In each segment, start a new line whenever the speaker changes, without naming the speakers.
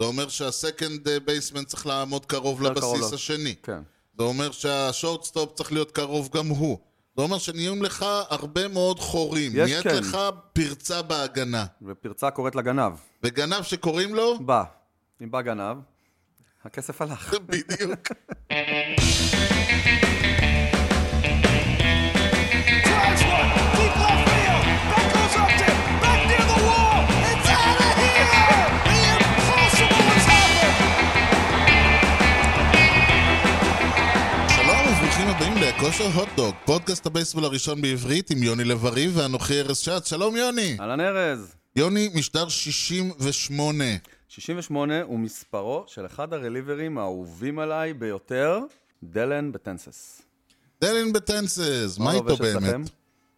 זה אומר שהסקנד בייסמן צריך לעמוד קרוב
יותר קרוב
לבסיס
לו.
השני.
כן.
זה אומר שהשורטסטופ צריך להיות קרוב גם הוא. זה אומר שנהיים לך הרבה מאוד חורים.
יש
נהיית
כן.
לך פרצה בהגנה.
ופרצה קוראת לגנב.
וגנב שקוראים לו?
בא. אם בא גנב, הכסף הלך.
בדיוק.
Drives one, deep left field. That goes up to, back near the wall. It's out of here. The impossible has happened.
שלום וברוכים הבאים לכושר הוטדוג, פודקאסט הבייסבול הראשון בעברית עם יוני לב-ארי ואנוכי ארז שעד. שלום יוני!
אהלן ארז.
יוני, משדר 68.
68 הוא מספרו של אחד הרליברים האהובים עליי ביותר, דלן בטנסס.
דלין בטנסס, מה
הוא
איתו
לובש לא אצלכם?
באמת?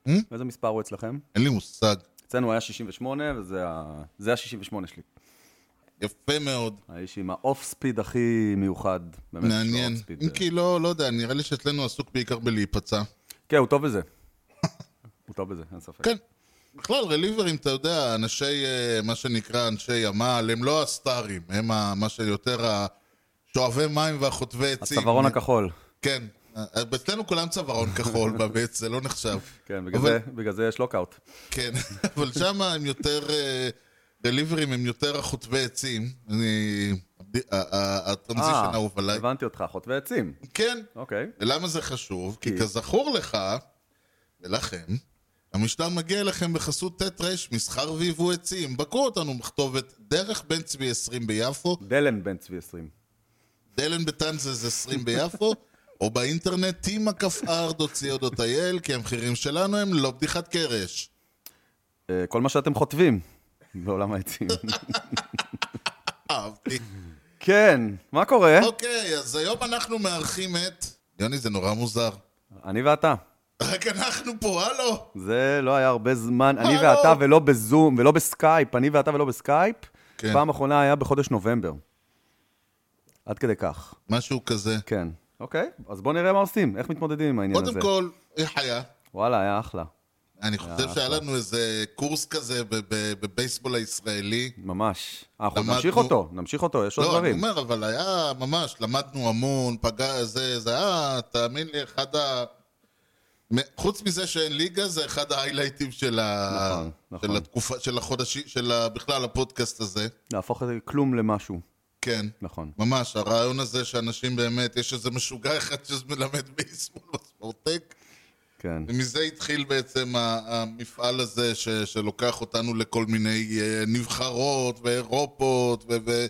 Hmm?
איזה מספר הוא אצלכם?
אין לי מושג.
אצלנו היה 68, וזה ה... זה ה-68 שלי.
יפה מאוד.
האיש עם האוף ספיד הכי מיוחד. באמת, יש לו
מעניין.
off speed,
אם
אה,
כי לא, לא יודע, נראה לי שאצלנו עסוק בעיקר בלהיפצע.
כן, הוא טוב בזה. הוא טוב בזה, אין ספק.
כן. בכלל, רליברים, אתה יודע, אנשי, אה, מה שנקרא, אנשי עמל, הם לא הסטארים, הם ה- מה שיותר השואבי מים והחוטבי עצים.
הצווארון הכחול.
כן. אצלנו כולם צווארון כחול בביץ, זה לא נחשב.
כן, בגלל
אבל-
זה- בגלל זה יש לוקאוט.
כן, אבל שם הם יותר, אה, דליברים הם יותר החוטבי עצים. אני... ה- ה- ה-
אה,
הטרנזישן האהוב עליי.
הבנתי אותך, חוטבי עצים.
כן.
אוקיי.
ולמה זה חשוב? כי
כי-
כזכור לך, ולכם, המשטר מגיע אליכם בחסות ט' ר' מסחר ויבוא עצים. בקרו אותנו בכתובת דרך בן צבי 20 ביפו,
דלן בן צבי 20.
דלן בטנזז 20 ביפו, או באינטרנט tima.co.il, כי המחירים שלנו הם לא בדיחת קרש.
אה, כל מה שאתם חוטבים בעולם העצים.
אהבתי.
כן, מה קורה?
אוקיי, אז היום אנחנו מארחים את... יוני, זה נורא מוזר. אוקיי.
אני ואתה.
רק אנחנו פה, הלו!
זה לא היה הרבה זמן, אני
אה,
ואתה
לא.
ולא בזום ולא בסקייפ, אני ואתה ולא בסקייפ.
כן.
פעם אחרונה היה בחודש נובמבר. עד כדי כך,
משהו כזה.
כן. אוקיי, אז בואו נראה מה עושים, איך מתמודדים עם העניין הזה.
קודם כל, איך היה?
וואלה, היה אחלה,
אני חושב שהיה לנו איזה קורס כזה בב- בבייסבול הישראלי.
ממש. אה, אנחנו
למדנו-
נמשיך אותו, נמשיך אותו, יש עוד
לא, אני
דברים.
אומר, אבל היה ממש, למדנו המון, פגע, זה, זה היה, תאמין לי, אחד ה... מ- חוץ מזה שאין ליגה, זה אחד ההיילייטים של ה...
נכון, נכון.
של התקופה, של החודשים, של ה- בכלל הפודקאסט הזה.
להפוך את כלום למשהו,
כן.
נכון.
ממש, הרעיון הזה שאנשים באמת, יש איזה משוגע אחד שמלמד בייסבול בספורטק,
כן.
ומזה התחיל בעצם ה- המפעל הזה ש, שלוקח אותנו לכל מיני אה, נבחרות ואירופות ו-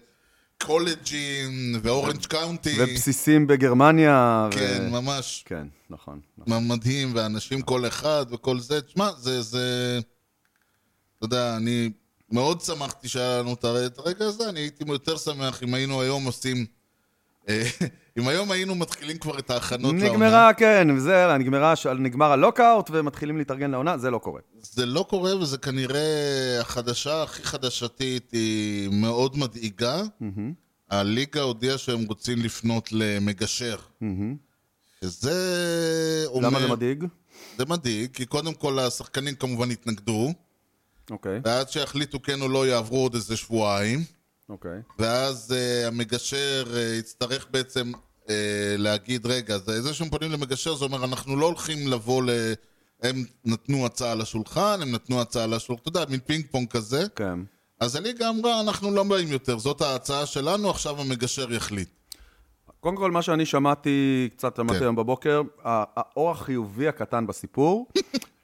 וקולג'ים ואורנג' קאונטי.
ובסיסים בגרמניה. ו-
כן, ממש
כן, נכון. נכון.
מדהים, ואנשים כל אחד וכל זה. תשמע, זה, זה... אתה יודע, אני מאוד שמחתי שהיה לנו את הר- את הרגע הזה, אני הייתי יותר שמח אם היינו היום עושים... אה, אם היום היינו מתחילים כבר את ההכנות לעונה.
נגמרה, כן, וזה, נגמרה, הש- נגמר הלוקאוט ומתחילים להתארגן לעונה, זה לא קורה.
זה לא קורה, וזה כנראה החדשה הכי חדשתית, היא מאוד מדאיגה. הליגה הודיעה שהם רוצים לפנות למגשר. שזה אומר...
למה זה מדאיג?
זה מדאיג, כי קודם כל השחקנים כמובן התנגדו,
אוקיי,
ועד שיחליטו כן או לא יעברו עוד איזה שבועיים,
אוקיי.
ואז uh, המגשר uh, יצטרך בעצם uh, להגיד, רגע, זה, זה שהם פונים למגשר זה אומר, אנחנו לא הולכים לבוא ל... הם נתנו הצעה לשולחן, הם נתנו הצעה לשולחן, אתה יודע, מין פינג פונג כזה.
כן.
אז הליגה אמרה, אנחנו לא באים יותר, זאת ההצעה שלנו, עכשיו המגשר יחליט.
קודם כל, מה שאני שמעתי, קצת שמעתי
כן.
היום בבוקר, ה- האור החיובי הקטן בסיפור,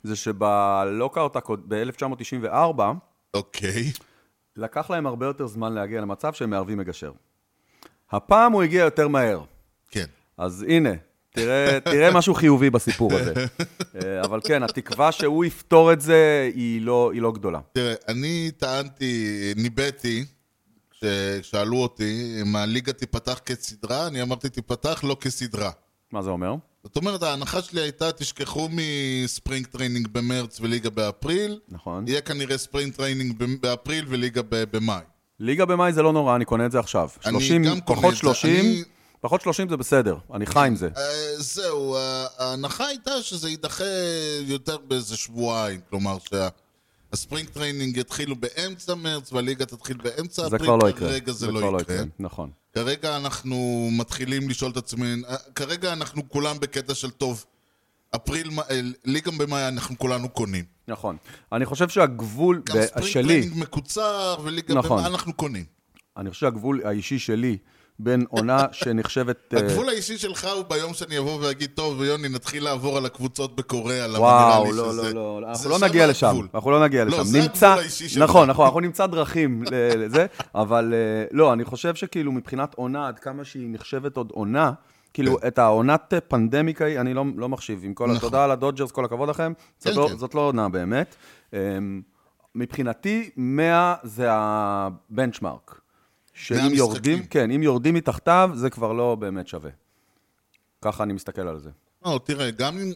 זה שבלוקאוט ב-1994,
אוקיי.
לקח להם הרבה יותר זמן להגיע למצב שהם מערבים מגשר. הפעם הוא הגיע יותר מהר.
כן.
אז הנה, תראה, תראה משהו חיובי בסיפור הזה. אה, אבל כן, התקווה שהוא יפתור את זה היא לא, היא לא גדולה.
תראה, אני טענתי, ניבאתי, כששאלו אותי אם הליגה תיפתח כסדרה, אני אמרתי תיפתח לא כסדרה.
מה זה אומר?
זאת אומרת, ההנחה שלי הייתה, תשכחו מספרינג טריינינג במרץ וליגה באפריל,
נכון.
יהיה כנראה ספרינג טריינינג ב- באפריל וליגה ב- במאי.
ליגה במאי זה לא נורא, אני קונה את זה עכשיו.
אני
30,
גם קונה
פחות
את זה,
30,
אני-
פחות 30 זה בסדר, אני חי עם זה.
אה, זהו, ה- ההנחה הייתה שזה יידחה יותר באיזה שבועיים, כלומר שה... הספרינג טריינינג יתחילו באמצע מרץ, והליגה תתחיל באמצע
זה
אפריל,
כבר לא יקרה.
כרגע זה,
כבר
לא יקרה.
נכון.
כרגע אנחנו מתחילים לשאול את עצמנו, כרגע אנחנו כולם בקטע של טוב, אפריל, מא- אה, ליגה במאי אנחנו כולנו קונים.
נכון. אני חושב שהגבול
גם
ב-
ספרינג
שלי,
טריינינג מקוצר, וליגה
נכון.
במאי אנחנו קונים.
אני חושב שהגבול האישי שלי בין עונה שנחשבת... אה,
הגבול האישי שלך הוא ביום שאני אבוא ואגיד, טוב, יוני, נתחיל לעבור על הקבוצות בקוריאה, למה נראה לי
וואו,
שזה...
לא, לא, לא, אנחנו
זה
לא
שם
נגיע לשם,
הגבול.
אנחנו לא נגיע
לא,
לשם.
זה
נמצא,
הגבול האישי שלך.
נכון, נכון, אנחנו נמצא דרכים ל- לזה, אבל אה, לא, אני חושב שכאילו מבחינת עונה, עד כמה שהיא נחשבת עוד עונה, כאילו את העונת אה, פנדמיק ההיא, אני לא- לא מחשיב, עם כל
כן. נכון.
התודה על הדודג'רס, כל הכבוד לכם, זאת
כן,
לא-
כן.
זאת לא עונה באמת. אה, מבחינתי, 100 זה הבנצ'מארק. שאם
המשחקים.
יורדים, כן, אם יורדים מתחתיו, זה כבר לא באמת שווה. ככה אני מסתכל על זה.
לא, תראה, גם אם,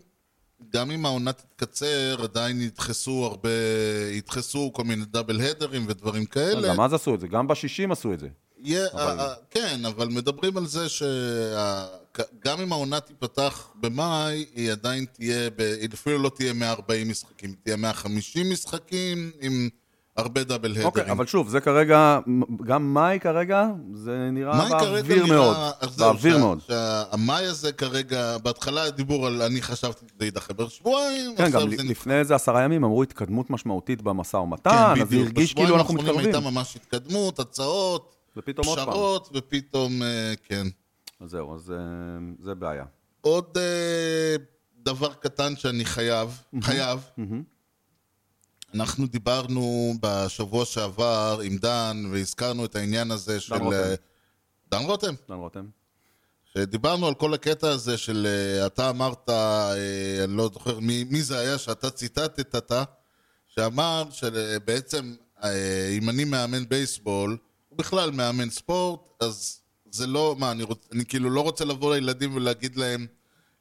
גם אם העונה תתקצר, עדיין ידחסו הרבה, ידחסו כל מיני דאבל הדרים ודברים כאלה.
גם אז עשו את זה, גם בשישים עשו את זה.
יהיה, אבל... ה- ה- כן, אבל מדברים על זה שגם אם העונה תיפתח במאי, היא עדיין תהיה, ב... היא אפילו לא תהיה 140 משחקים, היא תהיה 150 משחקים עם הרבה דאבל הדרים.
אוקיי, אבל שוב, זה כרגע, גם מאי כרגע, זה נראה באוויר מאוד. באוויר מאוד.
המאי הזה כרגע, בהתחלה היה דיבור על אני חשבתי שזה יידחה בשבועיים,
כן,
עכשיו
גם
זה
לפני איזה עשרה ימים אמרו התקדמות משמעותית במשא ומתן,
כן,
אז זה
בדיוק.
הרגיש כאילו אנחנו מתקרבים.
הייתה ממש התקדמות, הצעות,
ופתאום עוד פעם.
פשרות, ופתאום, אה, כן.
אז זהו, אז אה, זה בעיה.
עוד אה, דבר קטן שאני חייב, חייב. אנחנו דיברנו בשבוע שעבר עם דן, והזכרנו את העניין הזה של...
רותם.
אה, דן רותם.
דן רותם?
שדיברנו על כל הקטע הזה של אה, אתה אמרת, אה, אני לא זוכר מי, מי זה היה שאתה ציטטת, אתה, שאמר שבעצם אה, אם אני מאמן בייסבול, הוא בכלל מאמן ספורט, אז זה לא, מה, אני, רוצ, אני כאילו לא רוצה לבוא לילדים ולהגיד להם,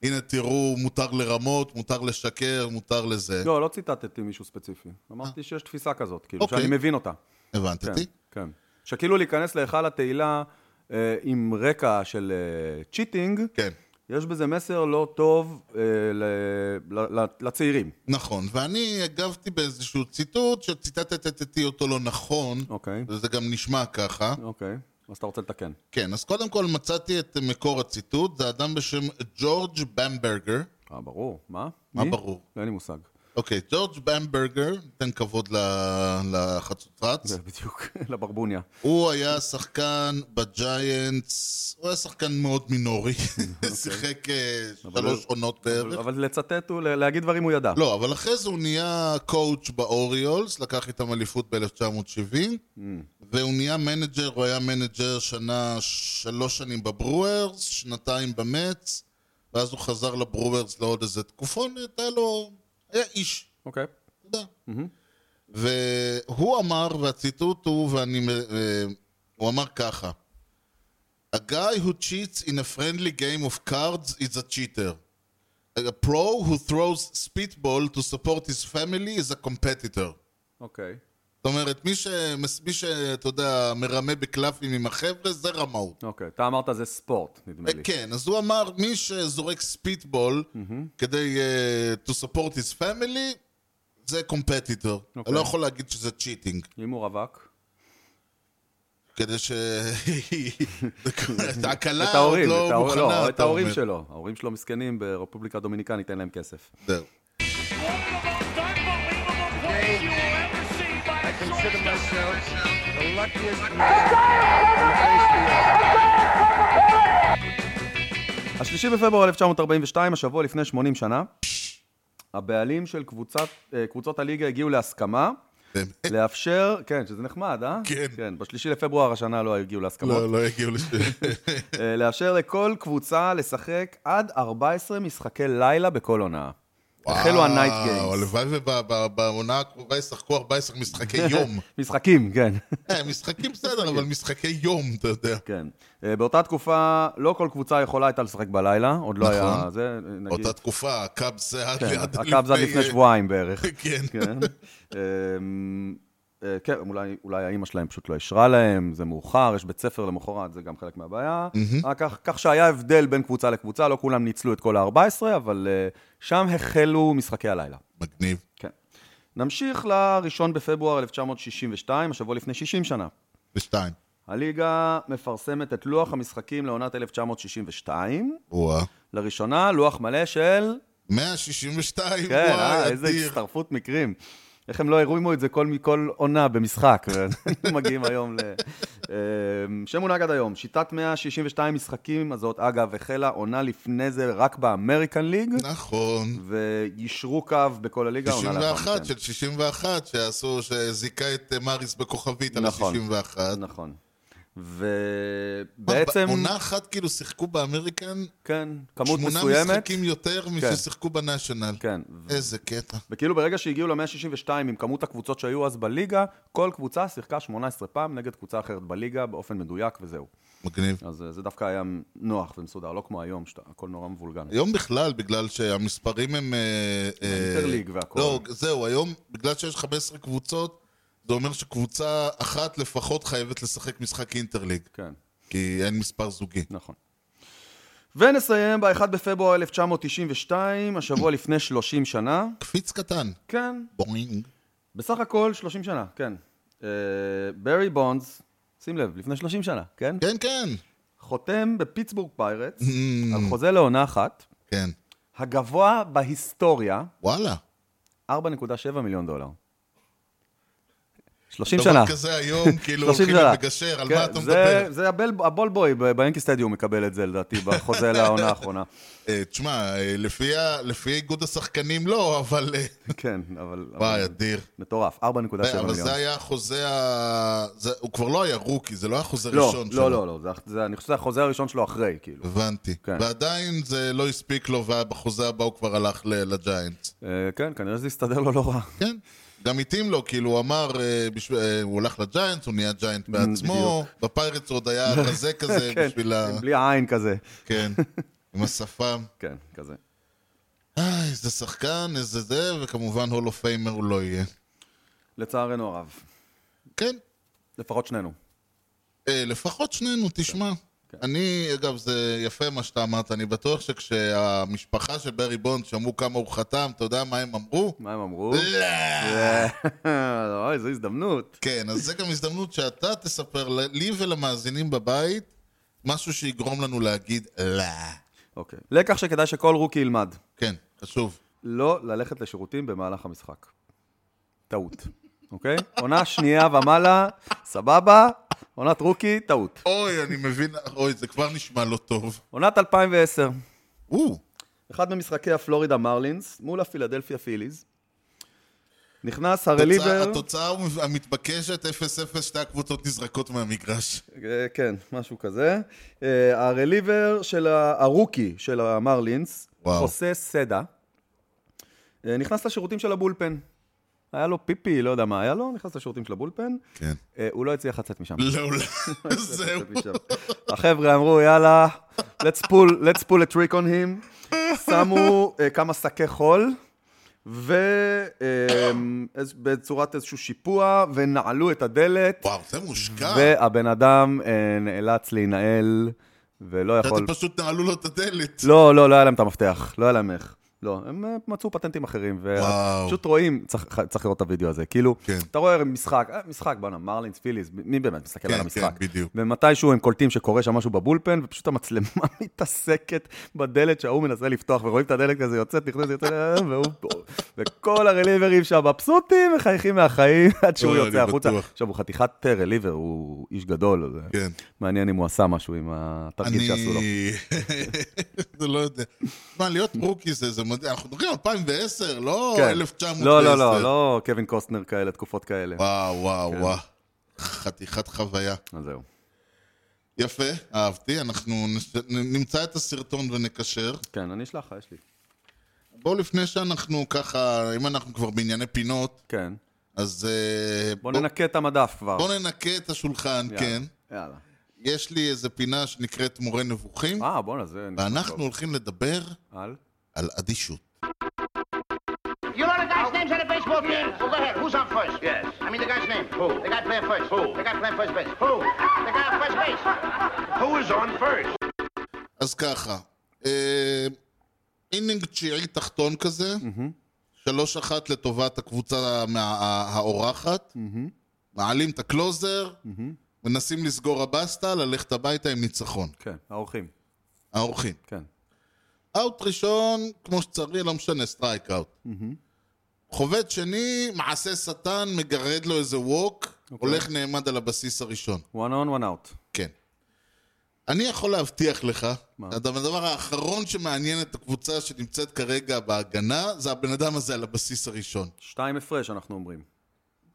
הנה תראו, מותר לרמות, מותר לשקר, מותר לזה.
לא, לא ציטטתי מישהו ספציפי. אמרתי שיש תפיסה כזאת, כאילו,
אוקיי.
שאני מבין אותה.
הבנת
כן,
אותי?
כן. שכאילו להיכנס להיכל התהילה אה, עם רקע של אה, צ'יטינג,
כן.
יש בזה מסר לא טוב אה, ל- ל- ל- לצעירים.
נכון, ואני הגבתי באיזשהו ציטוט שציטטת אותו לא נכון,
אוקיי.
וזה גם נשמע ככה.
אוקיי, אז אתה רוצה לתקן.
כן, אז קודם כל מצאתי את מקור הציטוט, זה אדם בשם ג'ורג' במברגר.
אה, ברור. מה?
מה
מי?
ברור?
לא, אין לי מושג.
אוקיי, ג'ורג' במברגר, ניתן כבוד ל- לחצוצרץ.
זה בדיוק, לברבוניה.
הוא היה שחקן בג'יינטס, הוא היה שחקן מאוד מינורי. שיחק אה, שלוש עונות בערך.
אבל לצטט הוא, ל- להגיד דברים הוא ידע.
לא, אבל אחרי זה הוא נהיה קואוץ' באוריולס, לקח איתם אליפות ב-1970, והוא נהיה מנג'ר, הוא היה מנג'ר שנה, שלוש שנים בברוארס, שנתיים במץ, ואז הוא חזר לברוארס לעוד איזה תקופונת, היה לו... היה איש,
אוקיי.
אתה יודע. והוא אמר, והציטוט הוא, ואני... אה, הוא אמר ככה: A guy who cheats in a friendly game of cards is a cheater. A pro who throws spitball to support his family is a competitor.
אוקיי.
זאת אומרת, מי, ש... מי שאתה יודע, מרמה בקלפים עם החבר'ה, זה רמאות.
אוקיי, אתה אמרת זה ספורט, נדמה לי.
כן, אז הוא אמר, מי שזורק ספיטבול כדי uh, to support his family, זה קומפטיטור. אתה
אוקיי.
לא יכול להגיד שזה צ'יטינג.
אם הוא רווק,
כדי ש... את ההקלה
את
עוד
ההורים,
לא
את ההור-
מוכנה,
לא, את
אתה
ההורים
אומר.
שלו. ההורים שלו מסכנים ברפובליקה הדומיניקנית, אין להם כסף.
זהו.
I consider myself the luckiest man.
השלישי בפברואר 1942, השבוע לפני 80 שנה, הבעלים של קבוצת, אה, קבוצות הליגה הגיעו להסכמה
באמת?
לאפשר, כן, שזה נחמד, אה?
כן.
כן, בשלישי לפברואר השנה לא הגיעו להסכמות.
לא, לא יגיעו לש...
אה, לאפשר לכל קבוצה לשחק עד 14 משחקי לילה בכל עונה. החלו הנייט
וואו,
גיימס.
הלוואי ובעונה הקרובה ישחקו 14 משחקי יום.
משחקים, כן.
אה, משחקים בסדר, אבל משחקי יום, אתה יודע.
כן. אה, באותה תקופה, לא כל קבוצה יכולה הייתה לשחק בלילה, עוד לא
נכון.
היה זה, אה, נגיד...
אותה תקופה, לא הקאבס זה עד
כן,
ליד...
הקו זה עד לפני שבועיים בערך.
כן.
כן. אמ, אה, כן, אולי, אולי האימא שלהם פשוט לא אישרה להם, זה מאוחר, יש בית ספר למחרת, זה גם חלק מהבעיה. אה, כך, כך שהיה הבדל בין קבוצה לקבוצה, לא כולם ניצלו את כל ה-14, אבל אה, שם החלו משחקי הלילה.
מגניב.
כן. נמשיך לראשון בפברואר 1962, השבוע לפני 60 שנה.
בשתיים.
הליגה מפרסמת את לוח המשחקים לעונת 1962,
וואה.
לראשונה לוח מלא של...
162,
כן, אה,
וואי,
איזה
אדיר.
הצטרפות מקרים. איך הם לא הרימו את זה כל, כל עונה במשחק, והיינו מגיעים היום ל... אמ, שמונהג עד היום, שיטת 162 משחקים הזאת, אגב, החלה עונה לפני זה רק באמריקן ליג,
נכון.
ויישרו קו בכל הליגה. עונה לאחר
91
מכן.
של 61, שעשו, שזיכה את אה, מאריס בכוכבית על
נכון.
ה-61.
נכון.
מה,
ובעצם,
בעונה אחת כאילו שיחקו באמריקן
כן, כמות
שמונה
מסוימת,
משחקים יותר מששיחקו בנאשונל.
כן,
איזה קטע.
וכאילו ברגע שהגיעו ל-162 עם כמות הקבוצות שהיו אז בליגה, כל קבוצה שיחקה 18 פעם נגד קבוצה אחרת בליגה באופן מדויק וזהו.
מגניב.
אז אה, זה דווקא היה נוח ומסודר, לא כמו היום, שהכל נורא מבולגן.
היום בכלל, בגלל שהמספרים הם... אה, אה,
אינטרליג והכל.
לא, זהו, היום, בגלל שיש 15 קבוצות, זה אומר שקבוצה אחת לפחות חייבת לשחק משחק אינטרליג,
כן,
כי אין מספר זוגי.
נכון. ונסיים ב-1 בפברואר 1992, השבוע לפני 30 שנה.
קפיץ קטן.
כן,
בוינג.
בסך הכל 30 שנה, כן. אה, ברי בונדס, שים לב, לפני 30 שנה, כן?
כן, כן.
חותם בפיטסבורג פיירטס
Mm.
על חוזה לעונה אחת,
כן.
הגבוה בהיסטוריה,
וואלה.
4.7 מיליון דולר. 30
דבר
שנה.
כזה היום, כאילו
30
הולכים
שנה.
למגשר, על
כן,
מה אתה
זה-
מדבר?
זה הבל- הבולבוי ב- ביאנקי סטדיום מקבל את זה לדעתי בחוזה לעונה האחרונה.
אה, תשמע, אה, לפי ה- לפי איגוד השחקנים לא, אבל... אה,
כן, אבל...
וואי,
אבל-
אדיר. אה,
מטורף, 4.7
אבל
מיליון.
זה היה החוזה ה... זה- הוא כבר לא היה רוקי, זה לא היה חוזה
לא,
ראשון שלו.
לא, לא, לא, זה- זה- אני חושב שזה החוזה הראשון שלו אחרי, כאילו.
הבנתי.
כן.
ועדיין זה לא הספיק לו, ובחוזה הבא הוא כבר הלך ל- לג'יינטס.
אה, כן, כנראה שזה הסתדר לו לא רע.
כן. גם התאים לו, כאילו, הוא אמר, אה, בשב- אה, הוא הלך לג'יינטס, הוא נהיה ג'יינט בעצמו, בפיירטס הוא עוד היה כזה כזה
כן,
בשביל ה...
בלי העין כזה.
כן, עם השפה.
כן, כזה.
אה, איזה שחקן, איזה זה, וכמובן הולו פיימר הוא לא יהיה.
לצערנו הרב.
כן,
לפחות שנינו.
אה, לפחות שנינו, תשמע. אני, אגב, זה יפה מה שאתה אמרת, אני בטוח שכשהמשפחה של ברי בונד שמעו כמה הוא חתם, אתה יודע מה הם אמרו?
מה הם אמרו?
לא!
אה, אוי, זו הזדמנות.
כן, אז זה גם הזדמנות שאתה תספר ל- לי ולמאזינים בבית משהו שיגרום לנו להגיד לא.
אוקיי. לקח שכדאי שכל רוקי ילמד.
כן, חשוב.
לא ללכת לשירותים במהלך המשחק. טעות, אוקיי? עונה שנייה ומעלה, סבבה, עונת רוקי, טעות.
אוי, אני מבין, אוי, זה כבר נשמע לא טוב.
עונת 2010,
או,
אחד ממשחקי הפלורידה מרלינס מול הפילדלפיה פיליז. נכנס הרליבר,
התוצאה- התוצאה המ- המתבקשת 0-0, שתי הקבוצות נזרקות מהמגרש.
אה, כן, משהו כזה. אה, הרליבר של ה- הרוקי של המרלינס,
וואו.
חוסה סדה, אה, נכנס לשירותים של הבולפן. היה לו פיפי, לא יודע מה היה לו, נכנס לשירותים של הבולפן,
כן.
אה, הוא לא הצליח לצאת משם.
לעולם, זהו.
החבר'ה אמרו, יאללה, let's pull, let's pull a trick on him. שמו אה, כמה שקי חול, אה, ובצורת איזשהו שיפוע, ונעלו את הדלת,
וואו, זה מושקע.
והבן אדם אה, נאלץ להינעל, ולא יכול...
אתם פשוט נעלו לו את הדלת.
לא, לא, לא היה להם את המפתח, לא היה להם איך. לא, הם אה, מצאו פטנטים אחרים,
וואו.
ופשוט רואים, צריך צריך לראות את הוידאו הזה, כאילו,
כן.
אתה רואה משחק, אה, משחק, בואנה, מרלינס, פיליס, מי באמת מסתכל
כן,
על המשחק?
כן, בדיוק.
ומתישהו הם קולטים שקורה שם משהו בבולפן, ופשוט המצלמה מתעסקת בדלת שההוא מנסה לפתוח, ורואים את הדלת כזה יוצאת, נכנסת, יוצאת, אה, והוא... וכל הרליברים שם מבסוטים, מחייכים מהחיים, עד שהוא
אוי, אני
יוצא החוצה.
בטוח.
עכשיו, הוא חתיכת אה, רליבר, הוא איש גדול, אז, אה,
כן.
מעניין אם הוא עשה משהו עם התרגיל שעשו לו.
אני... זה לא יודע. תשמע, להיות רוקי זה זה מדהים. אנחנו מדברים על 2010, לא
כן.
1910.
לא, לא, לא, כן. לא קווין קוסטנר כאלה, תקופות כאלה.
וואו, וואו, וואו. חתיכת חוויה.
אז זהו.
יפה, אהבתי. אנחנו נש- נ- נמצא את הסרטון ונקשר.
כן, אני אשלח לך, יש לי.
בואו לפני שאנחנו ככה, אם אנחנו כבר בענייני פינות,
כן.
אז... אה,
בוא ננקה את המדף כבר.
בואו ננקה את השולחן,
יאללה,
כן.
יאללה.
יש לי איזה פינה שנקראת מורה נבוכים,
אה, בואנה, זה... נשמע
ואנחנו
טוב.
הולכים לדבר
על?
על אדישות.
You know the guy's names on the baseball team? Well, go ahead. Who's on first? Yes. I mean the guy's name. Who? The guy playing first. Who? The guy playing first base. Who? The guy on first base.
Who is on first?
אז ככה, אה, אינינג תשיעי תחתון כזה, 3 1 לטובת הקבוצה מה- ה- האורחת,
מהמם,
מעלים את הקלוזר,
מהמם.
מנסים לסגור הבסטה, ללכת הביתה עם ניצחון.
כן, האורחים,
האורחים.
כן.
אאוט ראשון, כמו שצריך, לא משנה, סטרייק אאוט. חובד שני, מעשה שטן, מגרד לו איזה ווק,
אוקיי.
הולך נעמד על הבסיס הראשון.
one on, one out.
כן. אני יכול להבטיח לך,
מה?
אתה- הדבר האחרון שמעניין את הקבוצה שנמצאת כרגע בהגנה, זה הבן אדם הזה על הבסיס הראשון.
שתיים הפרש, אנחנו אומרים.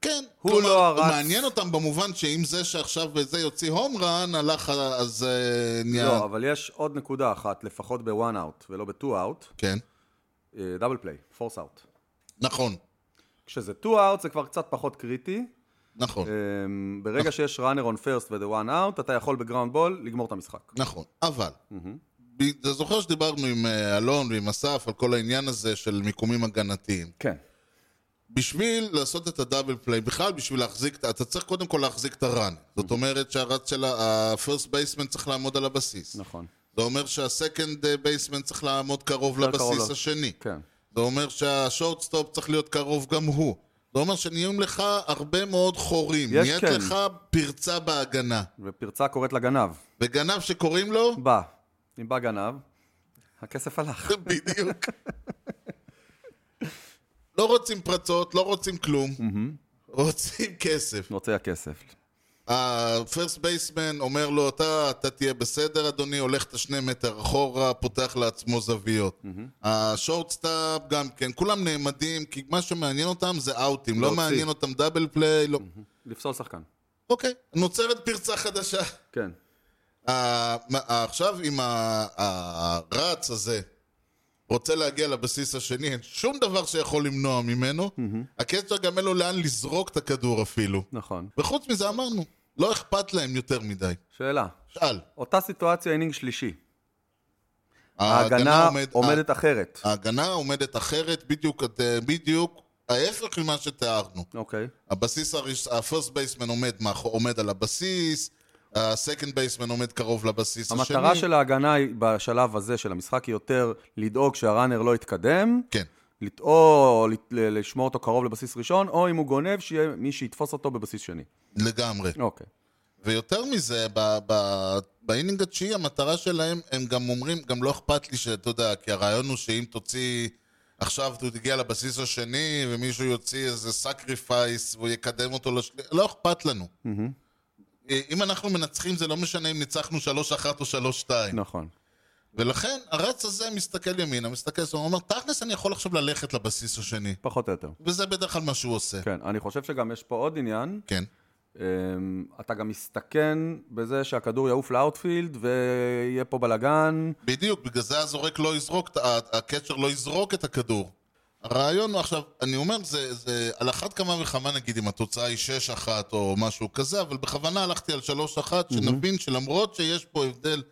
כן.
הוא
כלומר,
לא הרץ.
מעניין אותם במובן שאם זה שעכשיו זה יוציא הום רן, הלך ה- אז אה, נהיה...
לא, אבל יש עוד נקודה אחת, לפחות ב-one out ולא ב-two out,
כן.
דאבל פליי, force out.
נכון,
כשזה two out זה כבר קצת פחות קריטי.
נכון,
אמ, ברגע שיש runner on first ו-the one out, אתה יכול בגראונד בול לגמור את המשחק.
נכון. אבל, ב- אתה זוכר שדיברנו עם אה, אלון ועם אסף על כל העניין הזה של מיקומים הגנתיים.
כן.
בשביל לעשות את הדאבל פליי, בכלל בשביל להחזיק, את- אתה צריך קודם כל להחזיק את הרן. זאת אומרת שהרץ של הפרסט בייסמן צריך לעמוד על הבסיס.
נכון.
זה אומר שהסקנד בייסמן צריך לעמוד קרוב
יותר קרוב
לבסיס
ל-
השני.
כן.
זה אומר שהשורטסטופ צריך להיות קרוב גם הוא. זה אומר שנהיים לך הרבה מאוד חורים.
יש
נהיית
כן.
לך פרצה בהגנה.
ופרצה קוראת לגנב.
וגנב שקוראים לו?
בא. אם בא גנב, הכסף הלך.
בדיוק. לא רוצים פרצות, לא רוצים כלום. רוצים כסף.
רוצה הכסף.
הפרסט בייסמן אומר לו, אתה, אתה תהיה בסדר, אדוני, הולך את השני מטר אחורה, פותח לעצמו זוויות. השורטסטאפ גם כן, כולם נעמדים, כי מה שמעניין אותם זה אאוטים, לא
להוציא.
מעניין אותם דאבל פליי, לא.
לפסול שחקן.
אוקיי, נוצרת פרצה חדשה.
כן.
ה- מה- עכשיו עם ה- הרץ הזה רוצה להגיע לבסיס השני, אין שום דבר שיכול למנוע ממנו. הקטע גם אין לו לאן לזרוק את הכדור אפילו.
נכון.
וחוץ מזה אמרנו, לא אכפת להם יותר מדי.
שאלה.
שאל.
אותה סיטואציה, אינינג שלישי. ההגנה
עומד-
עומדת אחרת.
ההגנה עומדת אחרת, בדיוק, את- אה, בדיוק ההפך ממה שתיארנו.
אוקיי.
הבסיס, הפרסט בייסמן עומד, מאחור- עומד על הבסיס, הסקנד בייסמן עומד קרוב לבסיס השני.
המטרה של ההגנה היא, בשלב הזה של המשחק היא יותר לדאוג שהראנר לא יתקדם,
כן,
לת- או לת- ל- לשמור אותו קרוב לבסיס ראשון, או אם הוא גונב, שיהיה מי שיתפוס אותו בבסיס שני.
לגמרי.
אוקיי.
ויותר מזה, ב- ב- באינינג התשיעי המטרה שלהם, הם גם אומרים, גם לא אכפת לי שאתה יודע, כי הרעיון הוא שאם תוציא, עכשיו הוא תגיע לבסיס השני, ומישהו יוציא איזה סקריפייס, והוא יקדם אותו לשני, לא אכפת לנו. אה, אם אנחנו מנצחים, זה לא משנה אם ניצחנו 3-1 או 3-2.
נכון.
ולכן, הרץ הזה מסתכל ימינה, מסתכל שמאלה, הוא אומר, תכלס אני יכול עכשיו ללכת לבסיס השני.
פחות או יותר.
וזה בדרך כלל מה שהוא עושה.
כן. אני חושב שגם יש פה עוד עניין.
כן.
אמ, אתה גם מסתכן בזה שהכדור יעוף לאוטפילד ויהיה פה בלאגן.
בדיוק, בגלל זה הזורק לא יזרוק, ה- הקצ'ר לא יזרוק את הכדור. הרעיון הוא עכשיו, אני אומר, זה, זה על אחת כמה וכמה נגיד אם התוצאה היא 6-1 או משהו כזה, אבל בכוונה הלכתי על 3-1, שנבין שלמרות שיש פה הבדל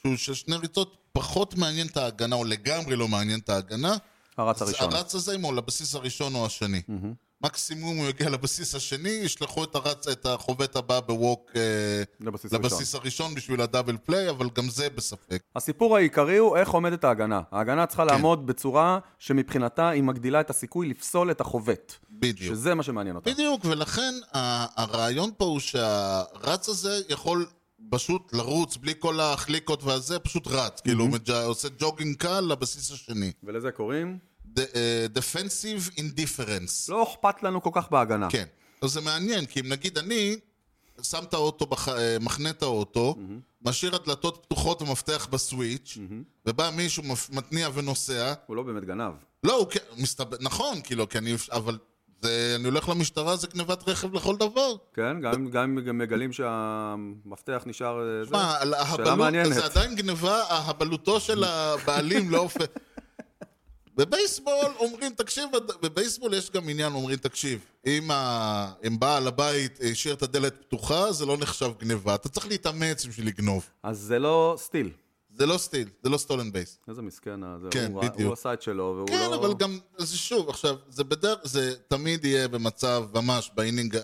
שהוא של שני ריצות, פחות מעניין את ההגנה, או לגמרי לא מעניין את ההגנה.
הרץ
אז
הראשון.
הרץ הזה, אם הוא לבסיס הראשון או השני. מקסימום הוא יגיע לבסיס השני, ישלחו את הרץ, את החובט הבא בווק אה,
לבסיס
לבסיס הראשון בשביל הדאבל פליי, אבל גם זה בספק.
הסיפור העיקרי הוא איך עומדת ההגנה. ההגנה צריכה
כן.
לעמוד בצורה שמבחינתה היא מגדילה את הסיכוי לפסול את החובט.
בדיוק.
שזה מה שמעניין אותה.
בדיוק, ולכן ה- הרעיון פה הוא שהרץ הזה יכול פשוט לרוץ בלי כל החליקות והזה, פשוט רץ, כאילו הוא מג'- עושה ג'וגינג קל לבסיס השני.
ולזה קוראים?
ד- אה, Defensive Indifference.
לא אכפת לנו כל כך בהגנה.
כן. אז זה מעניין, כי אם נגיד אני שם את האוטו, בח- אה, מחנה את האוטו, משאיר הדלתות פתוחות ומפתח בסוויץ', ובא מישהו, מפ- מתניע ונוסע,
הוא לא באמת גנב.
לא, הוא כן, מסתבר, נכון, כאילו, כי אני, אבל זה, אני הולך למשטרה, זה גנבת רכב לכל דבר.
כן? גם אם- גם אם מגלים שהמפתח נשאר... אה, זה.
מה, על
שאלה
ההבלות,
מעניינת.
זה עדיין גניבה, ההבלותו של הבעלים לא הופך... בבייסבול אומרים, תקשיב, בבייסבול יש גם עניין, אומרים, תקשיב, אם, ה... אם בעל הבית השאיר את הדלת פתוחה, זה לא נחשב גניבה, אתה צריך להתאמץ בשביל לגנוב.
אז זה לא סטיל.
זה לא סטיל, זה לא סטולן בייס.
איזה מסכן הזה.
כן,
הוא, ראה-
בדיוק.
הוא עשה את שלו, והוא
כן,
לא...
אבל גם, זה שוב, עכשיו, זה בדרך, זה תמיד יהיה במצב ממש באינינג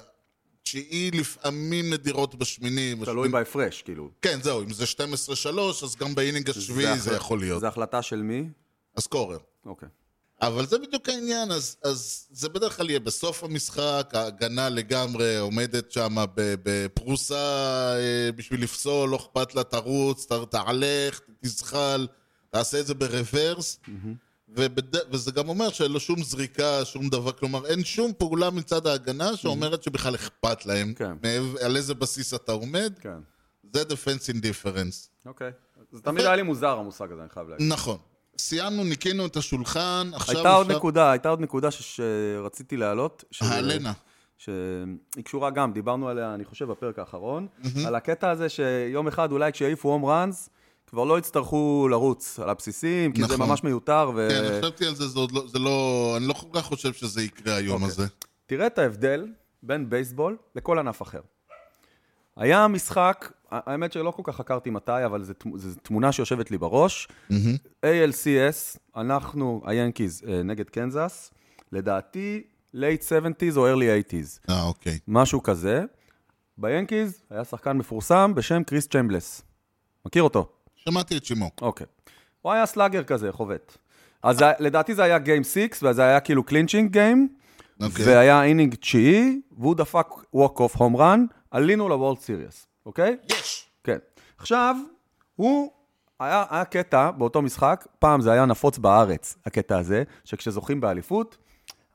התשיעי, לפעמים נדירות בשמיני.
תלוי
בשמיני-
בהפרש, כאילו.
כן, זהו, אם זה 12-3, אז גם באינינג השביעי זה
החלט-
יכול להיות.
זה החלטה של מי?
הסקורר.
אוקיי.
אבל זה בדיוק העניין, אז, אז זה בדרך כלל יהיה בסוף המשחק, ההגנה לגמרי עומדת שם בפרוסה אה, בשביל לפסול, לא אכפת לה, תרוץ, ת- תהלך, תזחל, תעשה את זה ברוורס. ובד... וזה גם אומר שאין לו שום זריקה, שום דבר, כלומר אין שום פעולה מצד ההגנה שאומרת שבכלל אכפת להם,
כן.
מעבר- על איזה בסיס אתה עומד,
כן.
זה defense indifference.
אוקיי. זה תמיד היה לי מוזר המושג הזה, אני חייב להגיד.
נכון. סיימנו, ניקינו את השולחן, עכשיו
הייתה עוד נקודה, הייתה עוד נקודה ש- שרציתי להעלות. ש-
העלנה.
שהיא קשורה גם, דיברנו עליה, אני חושב, בפרק האחרון, על הקטע הזה שיום אחד אולי כשיעיפו הום ראנס, כבר לא יצטרכו לרוץ על הבסיסים, כי זה
נכון.
ממש מיותר. ו-
כן, חשבתי על זה, זה עוד לא, זה לא, אני לא כל כך חושב שזה יקרה היום
אוקיי.
הזה.
תראה את ההבדל בין בייסבול לכל ענף אחר. היה משחק, ה- האמת שלא כל כך חקרתי מתי, אבל זו תמונה שיושבת לי בראש. ALCS, אנחנו, היאנקיז, אה, נגד קנזס, לדעתי, late 70's או early 80's,
אה, אוקיי.
משהו כזה. ביאנקיז היה שחקן מפורסם בשם קריס צ'יימבלס. מכיר אותו?
שמעתי את שמו.
אוקיי. הוא היה סלאגר כזה, חובט. אז זה- לדעתי זה היה Game 6, וזה היה כאילו קלינצ'ינג גיים.
אוקיי.
והיה אינינג תשיעי, והוא דפק ווק אוף הום רן, עלינו לוולד סיריוס, אוקיי?
יש!
כן. עכשיו, הוא, היה, היה קטע באותו משחק, פעם זה היה נפוץ בארץ, הקטע הזה, שכשזוכים באליפות,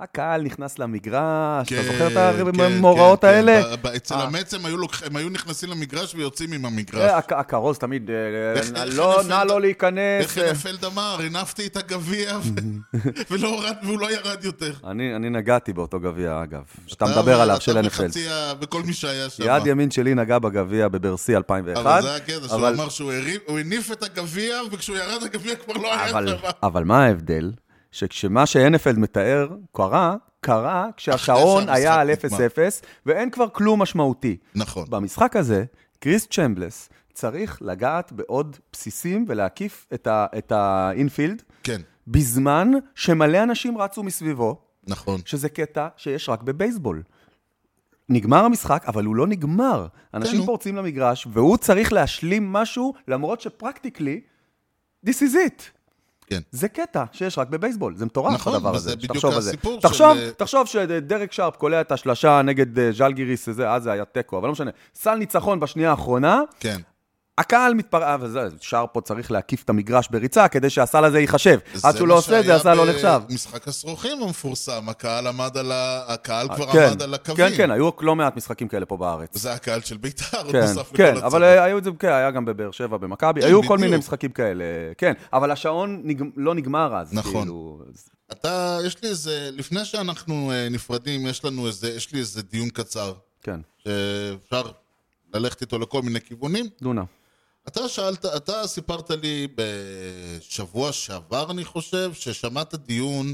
הקהל נכנס למגרש,
כן,
אתה זוכר את המאורעות האלה?
ב- ב- אצל
אה.
המצם היו לוקח- הם היו נכנסים למגרש ויוצאים עם
אה,
המגרש.
הק- הכרוז תמיד, אה,
איך-
נא
איך
לא-
NFL-
נא לא
איך
להיכנס. אה.
נפלד אמר, הנפתי את הגביע ו- ולא הורד, והוא לא ירד יותר.
אני אני נגעתי באותו גביע, אגב, שאתה
אתה
מדבר
ו-
עליו,
אתה
של NFL.
וחצי ה- וכל מי שהיה שם.
יד ימין שלי נגע בגביע בברסי 2001.
אבל זה הקטע, שהוא
אבל-
אמר שהוא הרים- הוא הניף את הגביע, וכשהוא ירד הגביע כבר לא היה
אבל,
שם.
אבל מה ההבדל? שכשמה שהנפלד מתאר קרה, קרה כשהשעון
שהמשחק
היה על
נגמר.
0-0, ואין כבר כלום משמעותי.
נכון.
במשחק הזה, קריס צ'מבלס צריך לגעת בעוד בסיסים ולהקיף את ה- את האינפילד,
כן,
בזמן שמלא אנשים רצו מסביבו,
נכון.
שזה קטע שיש רק בבייסבול. נגמר המשחק, אבל הוא לא נגמר. אנשים
נו.
פורצים למגרש, והוא צריך להשלים משהו, למרות שפרקטיקלי, this is it.
כן.
זה קטע שיש רק בבייסבול, זה מטורף
נכון,
הדבר
וזה
הזה,
בדיוק
שתחשוב על זה.
הסיפור של- אה,
תחשוב, תחשוב שדרק שרפ קולע את השלשה נגד אה, ז'לגיריס, וזה, אז זה היה תיקו, אבל לא משנה. סל ניצחון בשנייה האחרונה,
כן.
הקהל מתפרע, וזה, שר פה צריך להקיף את המגרש בריצה כדי שהסל הזה ייחשב. עד
זה מה
שהוא לא עושה את זה,
שהיה
הסל לא נחשב.
במשחק הסרוכים המפורסם, הקהל עמד על ה... הקהל כבר
כן,
עמד על הקווים.
כן, כן, היו לא מעט משחקים כאלה פה בארץ.
זה הקהל של בית"ר,
כן,
נוסף
כן,
לכל
אבל
הצבא.
אה, היו את זה, כן, היה גם בבאר שבע, במכבי,
כן,
היו כל
בדיוק.
מיני משחקים כאלה, כן, אבל השעון נג- לא נגמר אז,
נכון.
כאילו, אז-
אתה, יש לי איזה, לפני שאנחנו אה, נפרדים, יש לנו איזה, יש לי איזה דיון קצר,
כן,
שאפשר ללכת איתו לכל מיני כיוונים.
דונה.
אתה שאלת, אתה סיפרת לי בשבוע שעבר, אני חושב, ששמעת דיון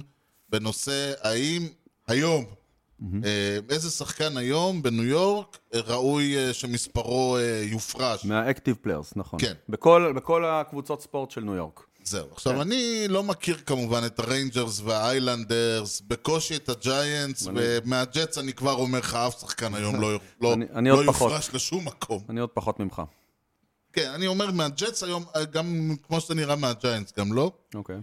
בנושא האם היום, אה, איזה שחקן היום בניו יורק אה, ראוי אה, שמספרו אה, יופרש.
מהאקטיב פליירס, נכון.
כן.
בכל, בכל הקבוצות ספורט של ניו יורק.
זהו. עכשיו,
כן.
אני לא מכיר כמובן את הריינג'רס והאיילנדרס, בקושי את הג'יינטס, ומהג'טס אני כבר אומר לך, אף שחקן היום לא- לא
אני- אני
לא
עוד פחות.
יופרש לשום מקום.
אני עוד פחות ממך.
כן, אני אומר מהג'טס היום, אה, גם כמו שזה נראה מהג'יינטס, גם לא.
אוקיי.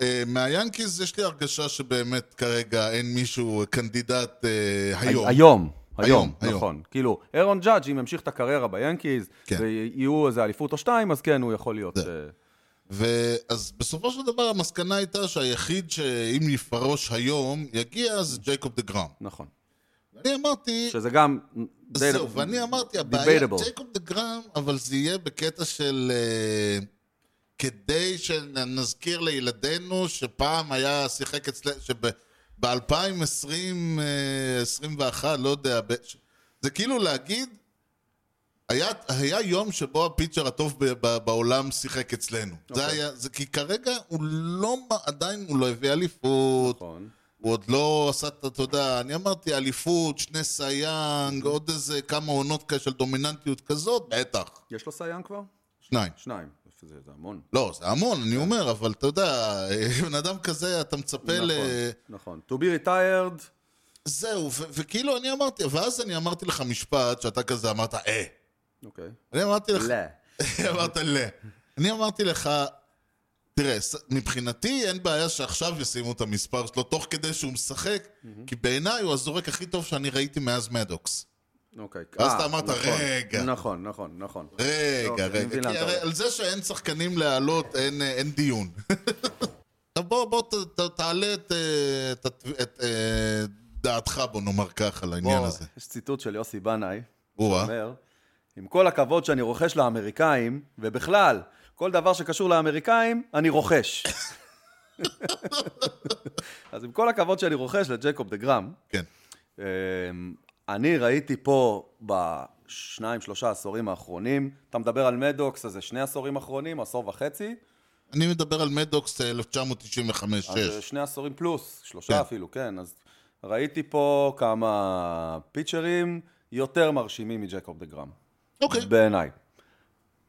אה, מהיאנקיז יש לי הרגשה שבאמת כרגע אין מישהו קנדידט אה, היום.
היום. היום,
היום,
נכון. כאילו, אירון ג'אדג' אם ימשיך את הקריירה ביאנקיז,
כן.
ויהיו איזה אליפות או שתיים, אז כן, הוא יכול להיות...
זה.
אה,
ואז בסופו של דבר המסקנה הייתה שהיחיד שאם יפרוש היום יגיע זה ג'ייקוב דה גראם.
נכון.
אני אמרתי,
שזה גם...
זהו,
די-
ואני אמרתי, הבעיה,
לא- debatable.
ג'ייקוב דה גראם, אבל זה יהיה בקטע של... אה, כדי שנזכיר לילדינו שפעם היה שיחק אצלנו, שב-2020-2021, לא יודע, ב- ש- זה כאילו להגיד, היה, היה יום שבו הפיצ'ר הטוב ב- ב- בעולם שיחק אצלנו. Okay. זה היה, זה כי כרגע הוא לא, מ- עדיין הוא לא הביא אליפות,
נכון.
הוא עוד לא עשה את התודה, אני אמרתי אליפות, שני סייאנג, עוד איזה כמה עונות כאלה של דומיננטיות כזאת, בטח,
יש לו סייאן כבר?
שניים.
שניים. זה זה המון.
לא, זה המון, אני אומר, אבל אתה יודע, בן אדם כזה, אתה מצפה ל...
נכון, נכון. To be retired,
זהו, ו- וכאילו אני אמרתי, ואז אני אמרתי לך משפט שאתה כזה אמרת, אה.
אוקיי.
אני אמרתי לך...
לא.
אמרת לא. אני אמרתי לך, תראה, ס- מבחינתי אין בעיה שעכשיו ישימו את המספר שלו תוך כדי שהוא משחק, כי בעיניי הוא הזורק הכי טוב שאני ראיתי מאז מדוקס.
אוקיי.
ואז
אה,
אתה אמרת,
נכון.
"רגע".
נכון, נכון, נכון.
רגע,
אוקיי, אני
רגע,
מבין לאן
כי
אתה
הרי
הולך.
על זה שאין שחקנים להעלות אין, אה, אין דיון. עכשיו בוא, בוא ת, ת, תעלה את, אה, את, הת- את אה, דעתך, בוא אה? נאמר ככה, לעניין
בוא,
הזה.
יש ציטוט של יוסי בנאי,
או-אה.
אומר, עם כל הכבוד שאני רוכש לאמריקאים, ובכלל, כל דבר שקשור לאמריקאים, אני רוכש. אז עם כל הכבוד שאני רוכש לג'ייקוב דה גראם,
כן.
אמ, אני ראיתי פה בשניים, שלושה עשורים האחרונים, אתה מדבר על מדוקס, אז זה שני עשורים אחרונים, עשור וחצי,
אני מדבר על מדוקס אה, 1995-6.
אז זה שני עשורים פלוס, שלושה
כן.
אפילו, כן, אז ראיתי פה כמה פיצ'רים יותר מרשימים מג'ייקוב דה גראם.
אוקיי.
בעיניי.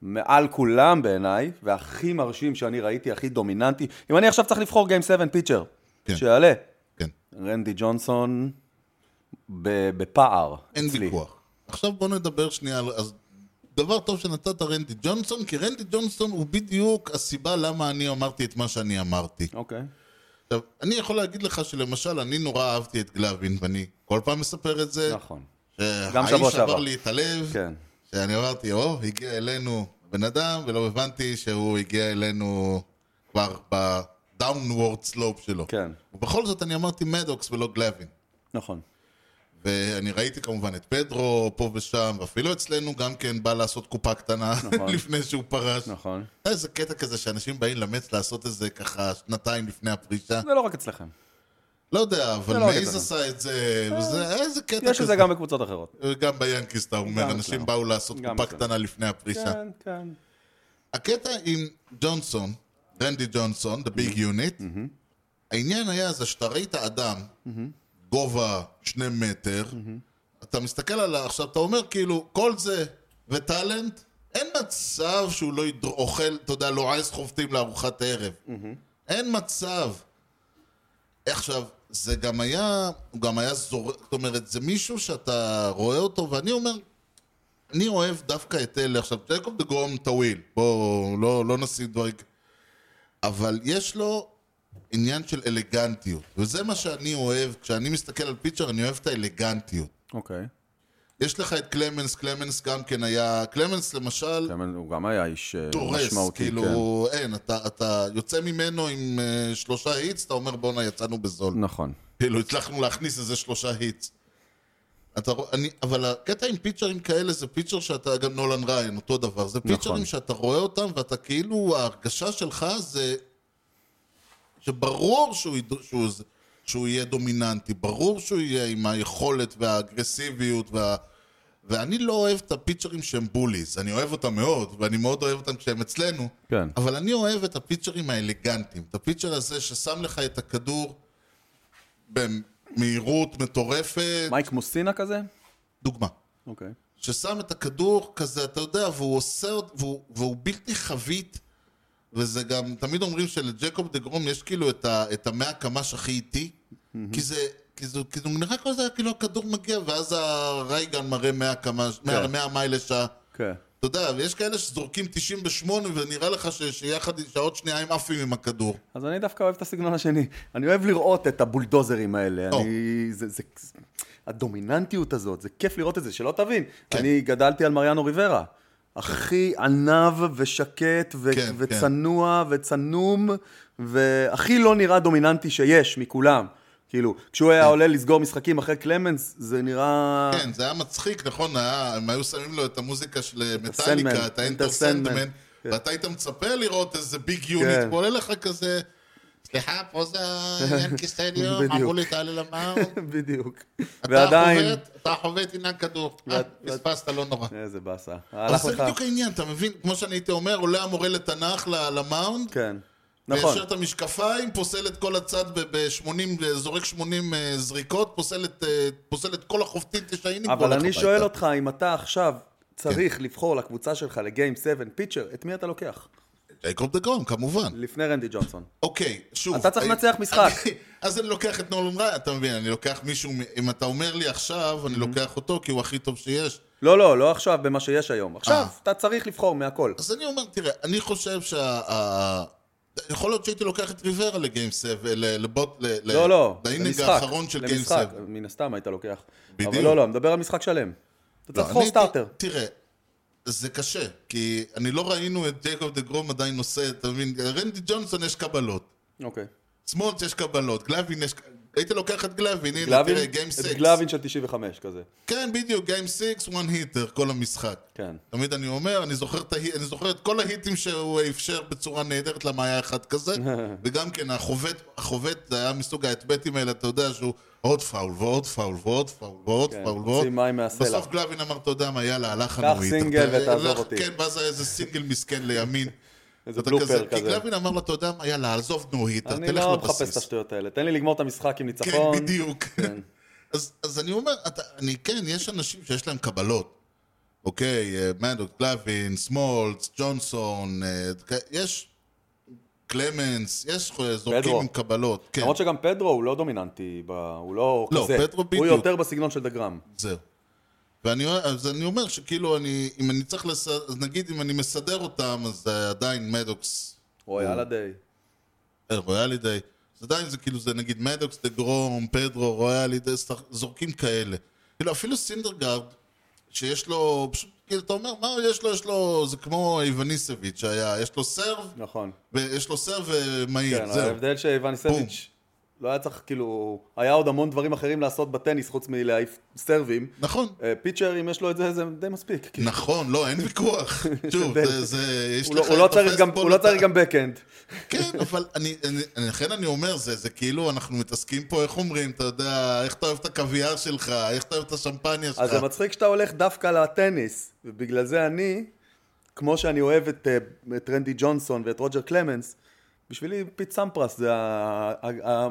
מעל כולם בעיניי, והכי מרשים שאני ראיתי, הכי דומיננטי. אם אני עכשיו צריך לבחור Game 7 פיצ'ר,
כן.
שיעלה.
כן.
רנדי ג'ונסון ב- בפער
אין
אצלי.
ויכוח. עכשיו בוא נדבר שנייה על... אז דבר טוב שנתת רנדי ג'ונסון, כי רנדי ג'ונסון הוא בדיוק הסיבה למה אני אמרתי את מה שאני אמרתי.
אוקיי.
עכשיו, אני יכול להגיד לך שלמשל, אני נורא אהבתי את גלאבין, ואני כל פעם מספר את זה.
נכון. גם
גם
שבוע
שבוע
שעבר.
שעבר. שבר לי את הלב,
כן.
שאני אמרתי, או, הגיע אלינו בן אדם, ולא הבנתי שהוא הגיע אלינו כבר ב-downward slope שלו.
כן.
ובכל זאת אני אמרתי מדוקס ולא גלאבין.
נכון.
ואני ראיתי כמובן את פדרו פה ושם, ואפילו אצלנו גם כן בא לעשות קופה קטנה
נכון.
לפני שהוא פרש.
נכון.
היה איזה קטע כזה שאנשים באים למץ לעשות את זה ככה שנתיים לפני הפרישה.
זה לא רק אצלכם.
לא יודע, אבל
זה לא
מייז
קטע. אה,
עשה את זה, וזה היה איזה קטע כזה.
יש את זה גם בקבוצות אחרות.
גם ביאנקיס, אתה אומר,
גם
אנשים
אצלנו.
באו לעשות
גם
קופה
אצלנו.
קטנה לפני הפרישה.
כן, כן.
הקטע עם ג'ונסון, רנדי ג'ונסון, The Big
Mm-hmm.
Unit, העניין היה זה שאתה ראית אדם,
Mm-hmm.
גובה שני מטר, אתה מסתכל על ה... עכשיו, אתה אומר כאילו, כל זה וטאלנט, אין מצב שהוא לא ידר- אוכל, אתה יודע, לועז חובטים לארוחת ערב.
Mm-hmm.
אין מצב. עכשיו, זה גם היה, הוא גם היה זורק, זאת אומרת, זה מישהו שאתה רואה אותו, ואני אומר, אני אוהב דווקא את אלה. עכשיו, ג'ייקוב דה גרום טוויל, בואו, לא, לא נשים דברים... כ- אבל יש לו עניין של אלגנטיות, וזה מה שאני אוהב, כשאני מסתכל על פיצ'ר, אני אוהב את האלגנטיות.
אוקיי.
יש לך את קלמנס, קלמנס גם כן היה... קלמנס למשל,
גם- הוא גם היה איש אה,
דורס,
משמעותי.
כאילו,
כן.
אין, אתה, אתה יוצא ממנו עם אה, שלושה היטס, אתה אומר בואנה, יצאנו בזול.
נכון.
כאילו, הצלחנו להכניס איזה שלושה היטס. אתה, רוא- אני, אבל הקטע עם פיצ'רים כאלה זה פיצ'ר שאתה, גם נולן ריין, אותו דבר. זה פיצ'רים
נכון.
שאתה רואה אותם ואתה כאילו, ההרגשה שלך זה שברור שהוא, יד- שהוא, ז- שהוא יהיה דומיננטי, ברור שהוא יהיה עם היכולת והאגרסיביות וה... ואני לא אוהב את הפיצ'רים שהם בוליז, אני אוהב אותם מאוד, ואני מאוד אוהב אותם כשהם אצלנו,
כן.
אבל אני אוהב את הפיצ'רים האלגנטיים, את הפיצ'ר הזה ששם לך את הכדור במהירות מטורפת,
מייק מוסינה כזה?
דוגמה,
אוקיי.
ששם את הכדור כזה, אתה יודע, והוא עושה, עוד- והוא, והוא בלתי חבית, וזה גם, תמיד אומרים שלג'קוב דה גרום יש כאילו את, ה, את המאה קמ"ש הכי איטי, כי זה, כי זה, כי זה נראה כל זה, כאילו הכדור מגיע, ואז הרייגן מראה 100 קמ"ש, 100
כן.
100 מייל לשעה.
כן.
אתה יודע, ויש כאלה שזורקים 98 ונראה לך ש, שיחד, שעוד שנייה הם עפים עם הכדור.
אז אני דווקא אוהב את הסגנון השני. אני אוהב לראות את הבולדוזרים האלה.
או.
אני... זה, זה... הדומיננטיות הזאת, זה כיף לראות את זה, שלא תבין.
כן.
אני גדלתי על מריאנו ריברה. הכי עניו ושקט ו...
כן,
וצנוע וצנום, והכי לא נראה דומיננטי שיש מכולם. כאילו, כשהוא היה עולה לסגור משחקים אחרי קלמנס, זה נראה...
כן, זה היה מצחיק, נכון? היה- הם היו שמים לו את המוזיקה של
הסנדמן,
מטאליקה, את האנטר
אינטרסנדמן,
סנדמן,
כן.
ואתה היית מצפה לראות איזה ביג יוניט,
כן.
ועולה לך כזה, סליחה, פה זה ינקי סטדיום, אמרו לי תעלה למער,
בדיוק.
אתה
ועדיין...
חובט, אתה חובט עניין כדור, אה,
ואת-
פספסת, לא נורא.
איזה באסה.
אבל
הלך
זה
לך.
בדיוק העניין, אתה מבין? כמו שאני הייתי אומר, עולה המורה לתנ"ך ל- למאונד,
כן. נכון.
מיישר את המשקפיים, פוסל את כל הצד ב-80, זורק 80 אה, זריקות, פוסל את, אה, פוסל את כל החובטים תשעינים,
אבל
והולך
אני
הביתה.
שואל אותך אם אתה עכשיו צריך לבחור לקבוצה שלך לגיים 7 פיצ'ר, את מי אתה לוקח?
ג'ייקוב דה גרום, כמובן.
לפני רנדי ג'ונסון.
אוקיי, שוב.
אתה צריך
אני-
לנצח משחק.
אני- אז אני לוקח את נולן ריין, אתה מבין? אני לוקח מישהו, מ- אם אתה אומר לי עכשיו, אני לוקח אותו כי הוא הכי טוב שיש.
לא, לא, לא עכשיו במה שיש היום. עכשיו,
אה.
אתה צריך לבחור מהכל.
אז אני אומר, תראה, אני חושב שה... ה- יכול להיות שהייתי לוקח את ריברה לגיים 7, ל- לבוט, ל-
לא,
ל-
לא,
לאינינג
למשחק,
האחרון של גיים 7.
למשחק, מן הסתם היית לוקח.
בדיוק. לא,
אבל לא, לא, מדבר על משחק שלם. אתה צריך לבחור סטארטר.
תראה, זה קשה, כי אני לא ראינו את ג'ייקוב דה גרום עדיין נושא, אתה מבין? רנדי ג'ונסון יש קבלות.
אוקיי.
סמולץ יש קבלות, גלווין יש... הייתי לוקח את גלווין, הנה,
גלאבין,
תראה, גיים 6.
את גלאבין של 95 כזה.
כן, בדיוק, גיים 6, one hitter, כל המשחק.
כן.
תמיד אני אומר, אני זוכר, את ההי- אני זוכר את כל ההיטים שהוא אפשר בצורה נהדרת, למה היה אחד כזה, וגם כן, החובט, החובט זה היה מסוג ההטבטים האלה, אתה יודע שהוא עוד פאול ועוד פאול ועוד פאול ועוד
כן,
פאול ועוד,
מוציא מים מהסלע.
בסוף גלבין אמר, אתה יודע מה, יאללה, הלך
קח
לנו היטר."
סינגל
אתה-
ותעזוב
הלך-
אותי.
כן, ואז היה איזה סינגל מסכן לימין.
איזה
אתה
בלופר
כי
כזה.
גלבין אמר לו, אתה יודע מה, יאללה, עזוב נו היטר,
אני
תלך
לא מחפש את
לבסיס.
השטויות האלה. תן לי לגמור את המשחק עם
כן,
ניצחון.
בדיוק. אז, אז אני אומר, אתה, אני, כן, יש אנשים שיש להם קבלות. אוקיי, אה, מנדוק, גלווין, סמולץ, ג'ונסון, אה, כ- יש קלמנס, יש אה, זורקים
פדרו.
עם קבלות. כן,
למרות שגם פדרו הוא לא דומיננטי, ב- הוא לא
לא,
כזה.
פדרו בדיוק.
הוא יותר בסגנון של דגרם.
זהו. ואני, אז אני אומר שכאילו, אני, אם אני צריך לסדר, אז נגיד אם אני מסדר אותם, אז אה, עדיין מדוקס,
רוי אללה דיי.
אה, רויאלידי, אז עדיין זה כאילו, זה נגיד מדוקס, דה גרום, פדרו, רויאלידי, שח- זורקים כאלה. כאילו, אפילו סינדרגרד, שיש לו, פשוט, כאילו, אתה אומר, מה יש לו, יש לו, זה כמו איווניסביץ' שהיה, יש לו סרב,
נכון.
ויש לו סרב אה, מהיר,
כן,
זהו.
ההבדל שאיוון סביץ' לא היה צריך, כאילו, היה עוד המון דברים אחרים לעשות בטניס חוץ מלהעיף סרבים.
נכון.
אה, פיצ'ר, אם יש לו את זה, זה די מספיק. כאילו.
נכון, לא, אין ויכוח. שוב,
הבדל.
זה, זה, יש
הוא לא-
לך
הוא לא
את
צריך גם-
הפסטבול,
הוא לא
אתה-
צריך גם בקאנד.
כן, אבל אני, אני, לכן אני אומר, זה, זה כאילו, אנחנו מתעסקים פה, איך אומרים, אתה יודע, איך אתה אוהב את הקוויאר שלך, איך אתה אוהב את השמפניה שלך.
אז זה מצחיק שאתה הולך דווקא לטניס, ובגלל זה אני, כמו שאני אוהב את, אה, את רנדי ג'ונסון ואת רוג'ר קלמנס, בשבילי פיט סמפרס זה ה... ה- ה-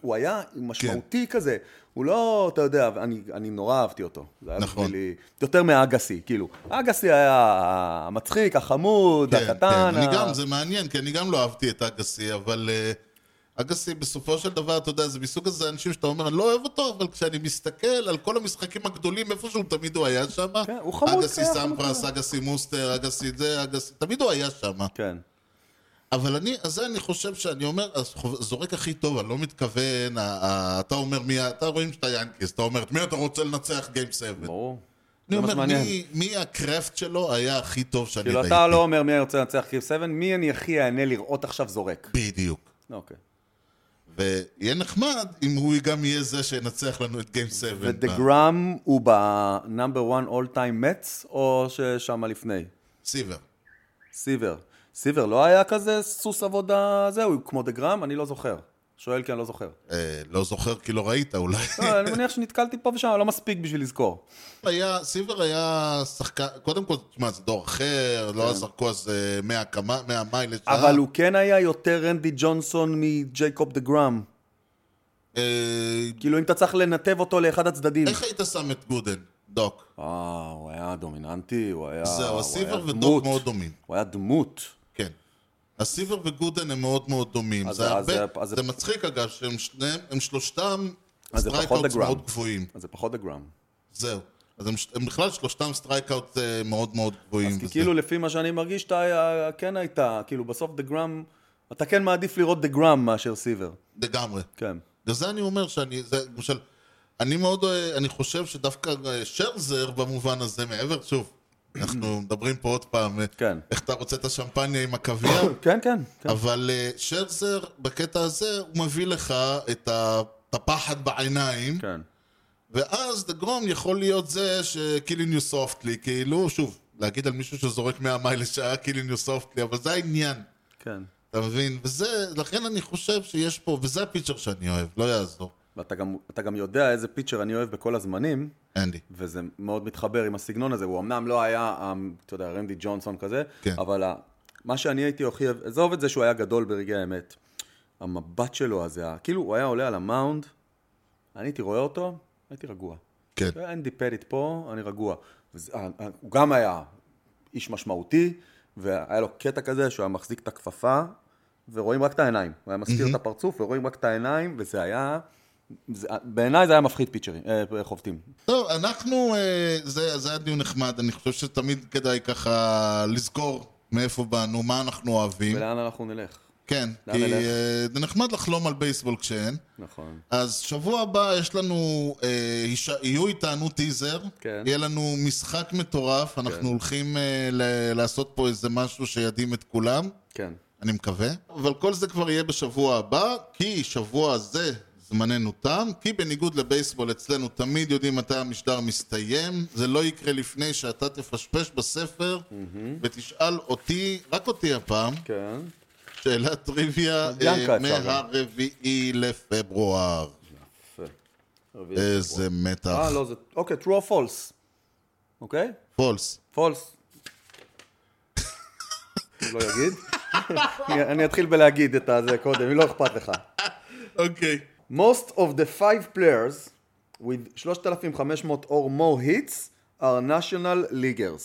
הוא היה
כן.
משמעותי כזה, הוא לא, אתה יודע, אני, אני נורא אהבתי אותו. זה היה
נכון.
בשבילי, יותר מאגסי, כאילו. אגסי היה המצחיק, החמוד,
כן,
הקטן.
כן, אני
ה-
גם, זה מעניין, כי אני גם לא אהבתי את אגסי, אבל אה, אגסי בסופו של דבר, אתה יודע, זה מסוג הזה אנשים שאתה אומר, אני לא אוהב אותו, אבל כשאני מסתכל על כל המשחקים הגדולים, איפשהו תמיד הוא היה שם.
כן, הוא חמוד,
אגסי
כן,
סמפרס, אגסי מוסטר, אגסי זה, אגסי, תמיד הוא היה שם.
כן.
אבל אני, אז זה אני חושב שאני אומר, הזורק הכי טוב, אני לא מתכוון, ה- ה- אתה אומר מי, אתה רואים שאתה ינקיס, אתה אומר, את מי אתה רוצה לנצח גיים 7?
ברור.
אני
לא, זה מה
אומר,
שמעניין.
מי- מי הקרפט שלו היה הכי טוב שאני
כאילו,
ראיתי.
אתה לא אומר מי אני רוצה לנצח קריב 7, מי אני הכי אענה לראות עכשיו זורק.
בדיוק.
אוקיי.
ויהיה נחמד אם הוא גם יהיה זה שינצח לנו את גיים 7.
ודגרם הוא בנאמבר 1 all time מצ, או ששם לפני?
סיבר.
סיבר. סיבר לא היה כזה סוס עבודה זה, הוא כמו דגרם? אני לא זוכר. שואל כי אני לא זוכר.
אה, לא זוכר כי לא ראית אולי.
לא, אני מניח שנתקלתי פה ושם, לא מספיק בשביל לזכור.
היה, סיבר היה שחקן, קודם כל, תשמע, זה דור אחר, לא אז זרקו אז אה, 100 קמ"ע, 100 מייל לשעה.
כן. אבל הוא כן היה יותר רנדי ג'ונסון מג'ייקוב דגרם.
אה,
כאילו, אם אתה צריך לנתב אותו לאחד הצדדים.
איך היית שם את גודן, דוק?
אה, הוא היה דומיננטי, הוא היה...
זהו,
הוא
הסיבר
היה
ודוק
דמות.
מאוד דומים.
הוא היה דמות.
כן. הסיבר וגודן הם מאוד מאוד דומים.
אז-
זה
אז-
הרבה-
אז-
זה מצחיק אגב, שהם שניהם, הם שלושתם
אז זה פחות
סטרייקאוטס
לגרם.
מאוד גבוהים.
אז זה פחות דגרם.
זהו. אז הם, ש- הם בכלל שלושתם סטרייקאוט אה, מאוד מאוד גבוהים.
אז כי
וזה-
כאילו לפי מה שאני מרגיש, אתה היה- כן הייתה, כאילו בסוף דה גראם, אתה כן מעדיף לראות דה גראם מאשר סיבר.
לגמרי.
כן.
בגלל זה אני אומר שאני, זה, למשל, אני מאוד, אה, אני חושב שדווקא אה, שרזר במובן הזה, מעבר, שוב, אנחנו מדברים פה עוד פעם, אה,
כן.
איך אתה רוצה את השמפניה עם הקוויאר,
כן, כן, כן.
אבל אה, שרזר בקטע הזה, הוא מביא לך את ה... את הפחד בעיניים,
כן.
ואז דגרום יכול להיות זה ש-killing you softly, כאילו, שוב, להגיד על מישהו שזורק 100 מייל לשעה killing you softly, אבל זה העניין.
כן.
אתה מבין? וזה, לכן אני חושב שיש פה, וזה הפיצ'ר שאני אוהב, לא יעזור.
ואתה גם, אתה גם יודע איזה פיצ'ר אני אוהב בכל הזמנים,
אנדי.
וזה מאוד מתחבר עם הסגנון הזה. הוא אמנם לא היה, אה, אתה יודע, רנדי ג'ונסון כזה,
כן.
אבל ה- מה שאני הייתי הכי אוהב, עזוב את זה שהוא היה גדול ברגעי האמת. המבט שלו הזה, ה- כאילו הוא היה עולה על המאונד, אני הייתי רואה אותו, הייתי רגוע.
כן.
אנדי פדיט פה, אני רגוע. וזה- אה, אה, הוא גם היה איש משמעותי, והיה לו קטע כזה שהוא היה מחזיק את הכפפה, ורואים רק את העיניים. הוא היה מסתיר את הפרצוף, ורואים רק את העיניים, וזה היה... זה- אה, בעיניי זה היה מפחיד פיצ'רים, אה, חובטים.
טוב, אנחנו, אה, זה, זה היה דיון נחמד, אני חושב שתמיד כדאי ככה לזכור מאיפה באנו, מה אנחנו אוהבים.
ולאן אנחנו נלך?
כן,
לאן
כי
נלך?
אה, זה נחמד לחלום על בייסבול כשאין.
נכון.
אז שבוע הבא יש לנו, אה, יש- יהיו איתנו טיזר,
כן.
יהיה לנו משחק מטורף, אנחנו הולכים אה, ל- לעשות פה איזה משהו שידהים את כולם,
כן.
אני מקווה. אבל כל זה כבר יהיה בשבוע הבא, כי שבוע זה זמננו תם, כי בניגוד לבייסבול אצלנו תמיד יודעים מתי המשדר מסתיים, זה לא יקרה לפני שאתה תפשפש בספר ותשאל אותי, רק אותי הפעם,
כן.
שאלת טריוויה
ינקה
אה,
אפשר גם.
מהרביעי לפברואר.
יפה.
איזה מתח.
אה, לא, זה... אוקיי, true or false. אוקיי?
פולס.
false. אני לא אגיד. אני- אני אתחיל בלהגיד את הזה קודם, אם לא אכפת לך.
אוקיי.
Most of the five players with 3,500 or more hits are national leaguers.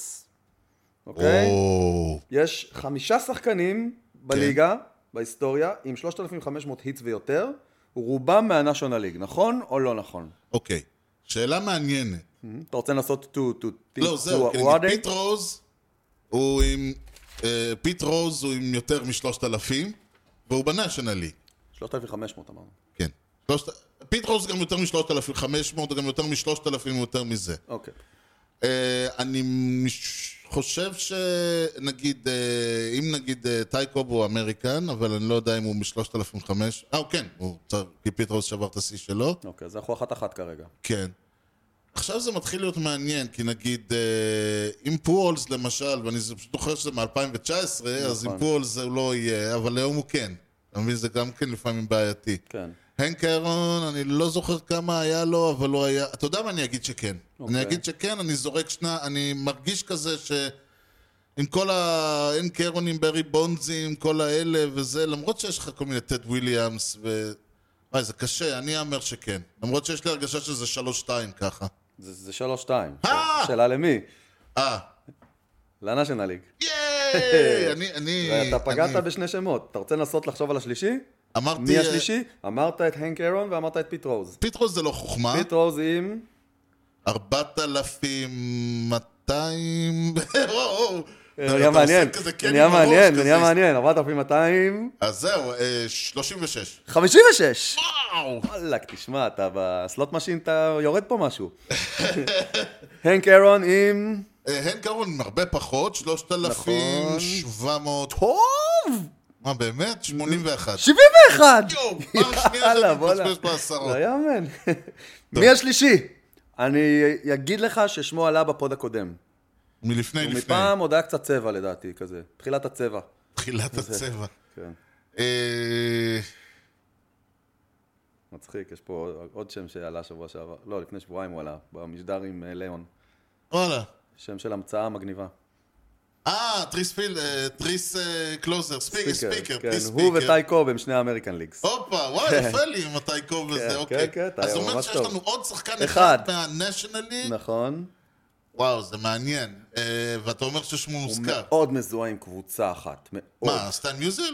אוקיי?
או,
יש חמישה שחקנים בליגה,
כן.
בהיסטוריה, עם 3,500 היטס ויותר, רובם מהנשיונל ליג, נכון או לא נכון?
אוקיי. שאלה מעניינת.
אתה רוצה לנסות to... to think
לא, זהו, כי
who- who are
נגיד פיט
they?
רוז הוא עם... אה, פיט רוז הוא עם יותר משלושת אלפים, והוא בנאשונל ליג.
3,500 אמרנו.
כן. שלושת- פיט רוז גם יותר משלושת אלפים, חמש מאות, גם יותר משלושת אלפים, יותר מזה.
אוקיי.
אה, אני מש- חושב שנגיד, אה, אם נגיד אה, טייקוב הוא אמריקן, אבל אני לא יודע אם הוא משלושת אלפים חמש... אה, הוא כן, הוא... כי פיט רוז שבר את השיא שלו.
אוקיי, אז אנחנו אחת-אחת כרגע.
כן. עכשיו זה מתחיל להיות מעניין, כי נגיד, אה, אם פולס למשל, ואני זה- פשוט זוכר שזה מ-2019, אז עם פולס זה לא יהיה, אבל היום הוא כן. אתה מבין? זה גם כן לפעמים בעייתי.
כן.
הנק אהרון, אני לא זוכר כמה היה לו, אבל לא היה... אתה יודע מה, אני אגיד שכן. אני
אוקיי.
אגיד שכן, אני זורק שנה, אני מרגיש כזה ש... עם כל ה... אין קרונים, ברי בונדזי, עם כל האלה וזה, למרות שיש לך כל מיני טד וויליאמס ו... וואי, זה קשה, אני אאמר שכן. למרות שיש לי הרגשה שזה שלוש-שתיים ככה.
זה זה שלוש-שתיים.
אה!
שאלה למי?
אה,
לנשיונל ליג.
ייי! אני... אני...
אתה פגעת
אה, אני-
בשני שמות. אתה רוצה לנסות לחשוב על השלישי?
אמרתי...
מי השלישי? אמרת את הנק אירון ואמרת את פיט רוז.
פיטרוס זה לא חוכמה.
פיט רוז עם...
4,200...
זה נהיה מעניין,
כן
זה נהיה מעניין, זה נהיה מעניין, 4,200...
אז זהו, אה, 36.
56!
וואו!
וואלכ, תשמע, אתה בסלוט משין, אתה יורד פה משהו. הנק אירון עם...
אה, הן קרון עם הרבה פחות, 3,700...
נכון. טוב!
מה באמת? 81.
71!
יואו, פעם שנייה
יאללה,
שאני
בואנה.
מתפספס בעשרות.
לא יאמן. מי השלישי? אני אגיד לך ששמו עלה בפוד הקודם.
מלפני לפני.
מפעם עוד היה קצת צבע לדעתי, כזה. תחילת הצבע.
תחילת הצבע.
כן.
אה,
מצחיק, יש פה עוד- עוד שם שעלה שבוע שעבר. לא, לפני שבועיים הוא עלה, במשדר עם אה, ליאון.
וואלה.
שם של המצאה מגניבה.
אה, טריס פיל... אה, טריס אה, קלוזר. ספיקר, ספיקר.
כן,
טריס
הוא
ספיקר.
וטי קוב הם שני האמריקן ליגס.
הופה, וואי, יפה לי עם הטייקוב
כן,
הזה, אוקיי.
כן, כן,
אז
אתה
זה אומר
ממש
שיש
טוב.
לנו עוד שחקן אחד
אחד.
מהנשיונל ליג?
נכון.
וואו, זה מעניין. אה, ואתה אומר ששמו
הוא
מוזכר.
מאוד מזוהה עם קבוצה אחת. מאוד.
מה, סטיין מיוזל?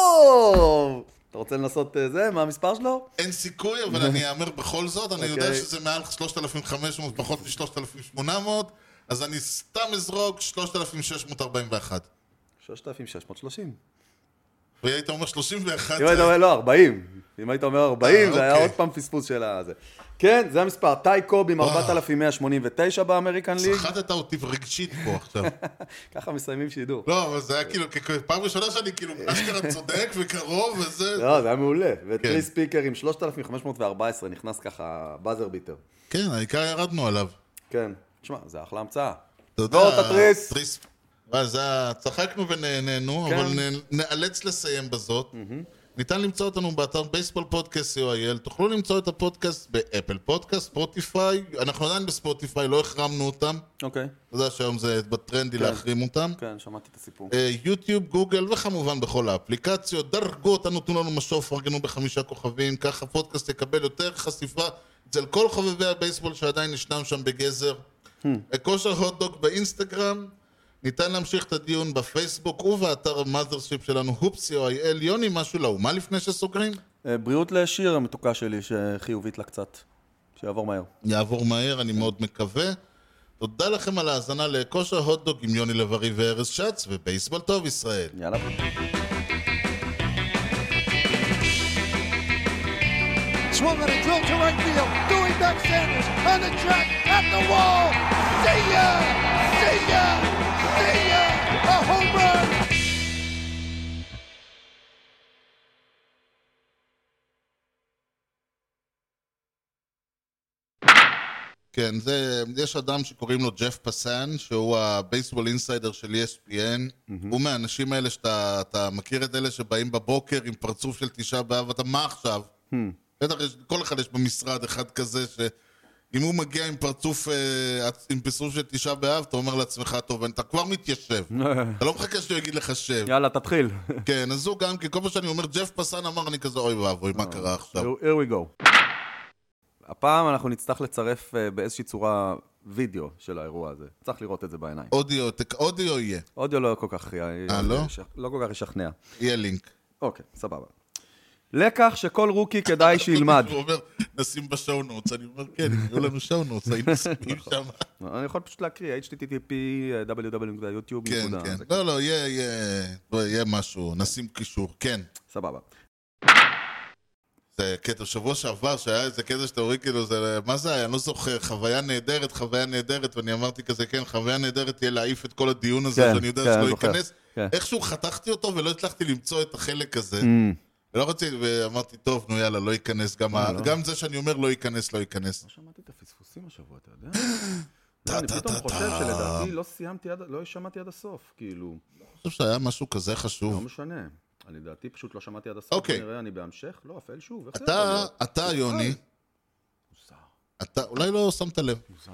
טוב! אתה רוצה לנסות אה, זה? מה המספר שלו?
אין סיכוי, אבל אני אאמר בכל זאת, אני יודע
אוקיי.
שזה מעל 3,500, פחות מ-3,800, אז אני סתם אזרוק 3,641.
6,630.
והיית אומר 31,
אם היית אומר, לא, 40. אם היית אומר 40,
אה,
זה היה
אוקיי.
עוד פעם פספוס של הזה. כן, זה המספר. טי קוב עם 4,189 באמריקן ליג.
סחטת אותי רגשית פה עכשיו.
ככה מסיימים שידור.
לא, אבל זה היה כאילו, כ- פעם ראשונה שאני כאילו אשכרה צודק וקרוב וזה.
לא, זה היה מעולה. וטרי ספיקר עם 3,514 נכנס ככה, באזר ביטר.
כן, העיקר ירדנו עליו.
כן. תשמע, זה אחלה המצאה.
אתה יודע,
ועוד התריס.
התריס. ואז זה- צחקנו ונהנינו,
כן.
אבל נ- נאלץ לסיים בזאת. ניתן למצוא אותנו באתר בייסבול פודקאסט co.il, תוכלו למצוא את הפודקאסט באפל פודקאסט, ספוטיפיי, אנחנו עדיין בספוטיפיי, לא החרמנו אותם,
אוקיי.
אתה יודע שהיום זה בטרנדי להחרים אותם.
כן, שמעתי את הסיפור.
אה, יוטיוב, גוגל וכמובן בכל האפליקציות. דרגו אותנו, תנו לנו משוב, פרגנו בחמישה כוכבים, ככה הפודקאסט יקבל יותר חשיפה אצל כל חובבי הבייסבול שעדיין ישנם שם בגזר. אה, כושר הוטדוק באינסטגרם, ניתן להמשיך את הדיון בפייסבוק ובאתר המאזרשיפ שלנו, הופסי.או.איי.אל. יוני, משהו לאומה לפני שסוגרים?
אה, בריאות לשיר המתוקה שלי, שחיובית לה קצת. שיעבור מהר.
יעבור מהר, אני מאוד מקווה. תודה לכם על ההאזנה לכושר הוטדוק עם יוני לב-ארי וארז שץ, ובייסבול טוב ישראל.
יאללה.
Swinging a drill to right field. Doing back Sanders on the track at the wall. See ya! See ya! See ya! A home run!
כן, זה, יש אדם שקוראים לו ג'ף פסן, שהוא הבייסבול אינסיידר של E ESPN. הוא מהאנשים האלה שאתה אתה מכיר את אלה שבאים בבוקר עם פרצוף של תשעה באב, אתה מה עכשיו? בטח, יש, כל אחד יש במשרד אחד כזה ש... אם הוא מגיע עם פרצוף, אה, עם פרצוף של תשעה באב, אתה אומר לעצמך, טוב, אתה כבר מתיישב. אתה לא מחכה שהוא יגיד לך שב.
יאללה, תתחיל.
כן, אז הוא גם, כי כל פעם שאני אומר ג'ף פסן אמר, אני כזה, אוי ואבוי, מה קרה עכשיו?
Here here we go. הפעם אנחנו נצטרך לצרף אה, באיזושהי צורה וידאו של האירוע הזה. צריך לראות את זה בעיניים.
אודיו, תק- אודיו יהיה,
אודיו לא כל כך...
אה, לא?
לא כל כך ישכנע.
יהיה לינק.
אוקיי, סבבה. לקח שכל רוקי כדאי שילמד.
הוא אומר, נשים בשואו נוטס, אני אומר, כן, יהיו לנו שואו נוטס, היינו שמים
נכון,
שם.
אני יכול פשוט להקריא, http www.youtube.
כן,
נקודה,
כן.
זה
לא, לא, יהיה, יהיה, לא, יהיה משהו, נשים קישור, כן.
סבבה.
זה קטע, שבוע שעבר שהיה איזה קטע שאתה רואה, כאילו, זה, מה זה היה? אני לא זוכר, חוויה נהדרת, חוויה נהדרת, ואני אמרתי כזה, כן, חוויה נהדרת תהיה להעיף את כל הדיון הזה,
כן,
שאני יודע
כן,
שלא
אני זוכר.
ייכנס.
כן.
איכשהו חתכתי אותו ולא הצלחתי למצוא את החלק הזה.
אמ,
ולא רציתי, ואמרתי, טוב, נו יאללה, לא ייכנס, גם ה- גם זה שאני אומר לא ייכנס, לא ייכנס.
לא שמעתי את הפספוסים השבוע, אתה יודע? לא, אני פתאום חושב שלדעתי לא סיימתי עד, לא שמעתי עד הסוף, כאילו,
אני חושב שהיה משהו כזה
לא
חשוב.
משנה. אני לדעתי פשוט לא שמעתי עד הסוף,
אוקיי.
כנראה אני בהמשך, לא, אפל שוב, איך זה יכול
אתה,
להיות?
אתה, יוני,
מוזר,
אתה, אולי לא שמת לב.
מוזר.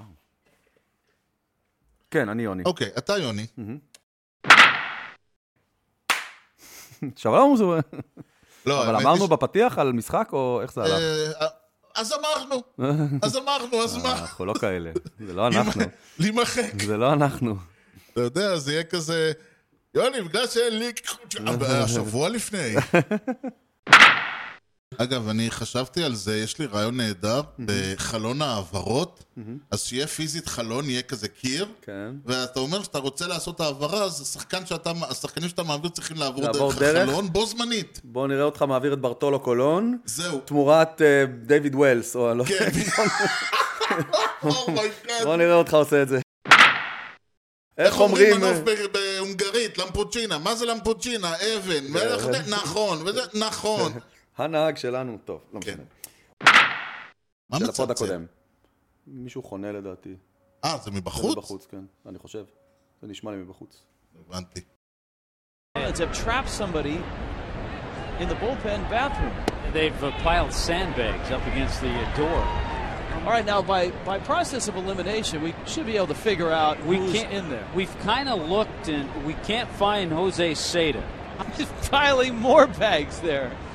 כן, אני יוני.
אוקיי, אתה, יוני,
שלום, זה-
לא,
אבל
האמת
אמרנו
היא ש-
בפתיח על משחק, או איך זה הלך?
אה, אז אמרנו, אז אמרנו, אז מה?
אנחנו לא כאלה, זה לא אנחנו,
להימחק.
זה לא אנחנו.
אתה יודע, זה יהיה כזה, יוני, בגלל שאין לי... אה, השבוע לפני. אגב, אני חשבתי על זה, יש לי רעיון נהדר, בחלון העברות, אז שיהיה פיזית חלון, יהיה כזה קיר,
כן.
ואתה אומר שאתה רוצה לעשות העברה, אז השחקן שאתה, השחקנים שאתה מעביר צריכים לעבור
לעבור
דרך
דרך?
החלון בו זמנית.
בואו נראה אותך מעביר את ברטולו קולון,
זהו.
תמורת אה, דיוויד ווילס, או אני לא
כן. Oh
יודע.
אומייגאד.
בואו נראה אותך עושה את זה.
איך אומרים מנוף
אה,
ב- בהונגרית? למפוצ'ינה. מה זה למפוצ'ינה? אבן.
כן.
ואיך זה- נכון, וזה- נכון.
הנהג שלנו, טוב, לא
כן.
משנה.
מה
של הפוד
מצלצל?
הקודם.
כן.
מישהו חונה לדעתי.
אה, זה
זה
מבחוץ?
בחוץ, כן, אני חושב. זה נשמע לי מבחוץ.
הבנתי.
Lions have trapped somebody in the bullpen bathroom. They've uh, piled sandbags up against the uh, door.
All right, now by, by process of elimination, we should be able to figure out
We
who's
can't
in there.
We've kind of looked and we can't find Jose Seda.
Just piling more bags there.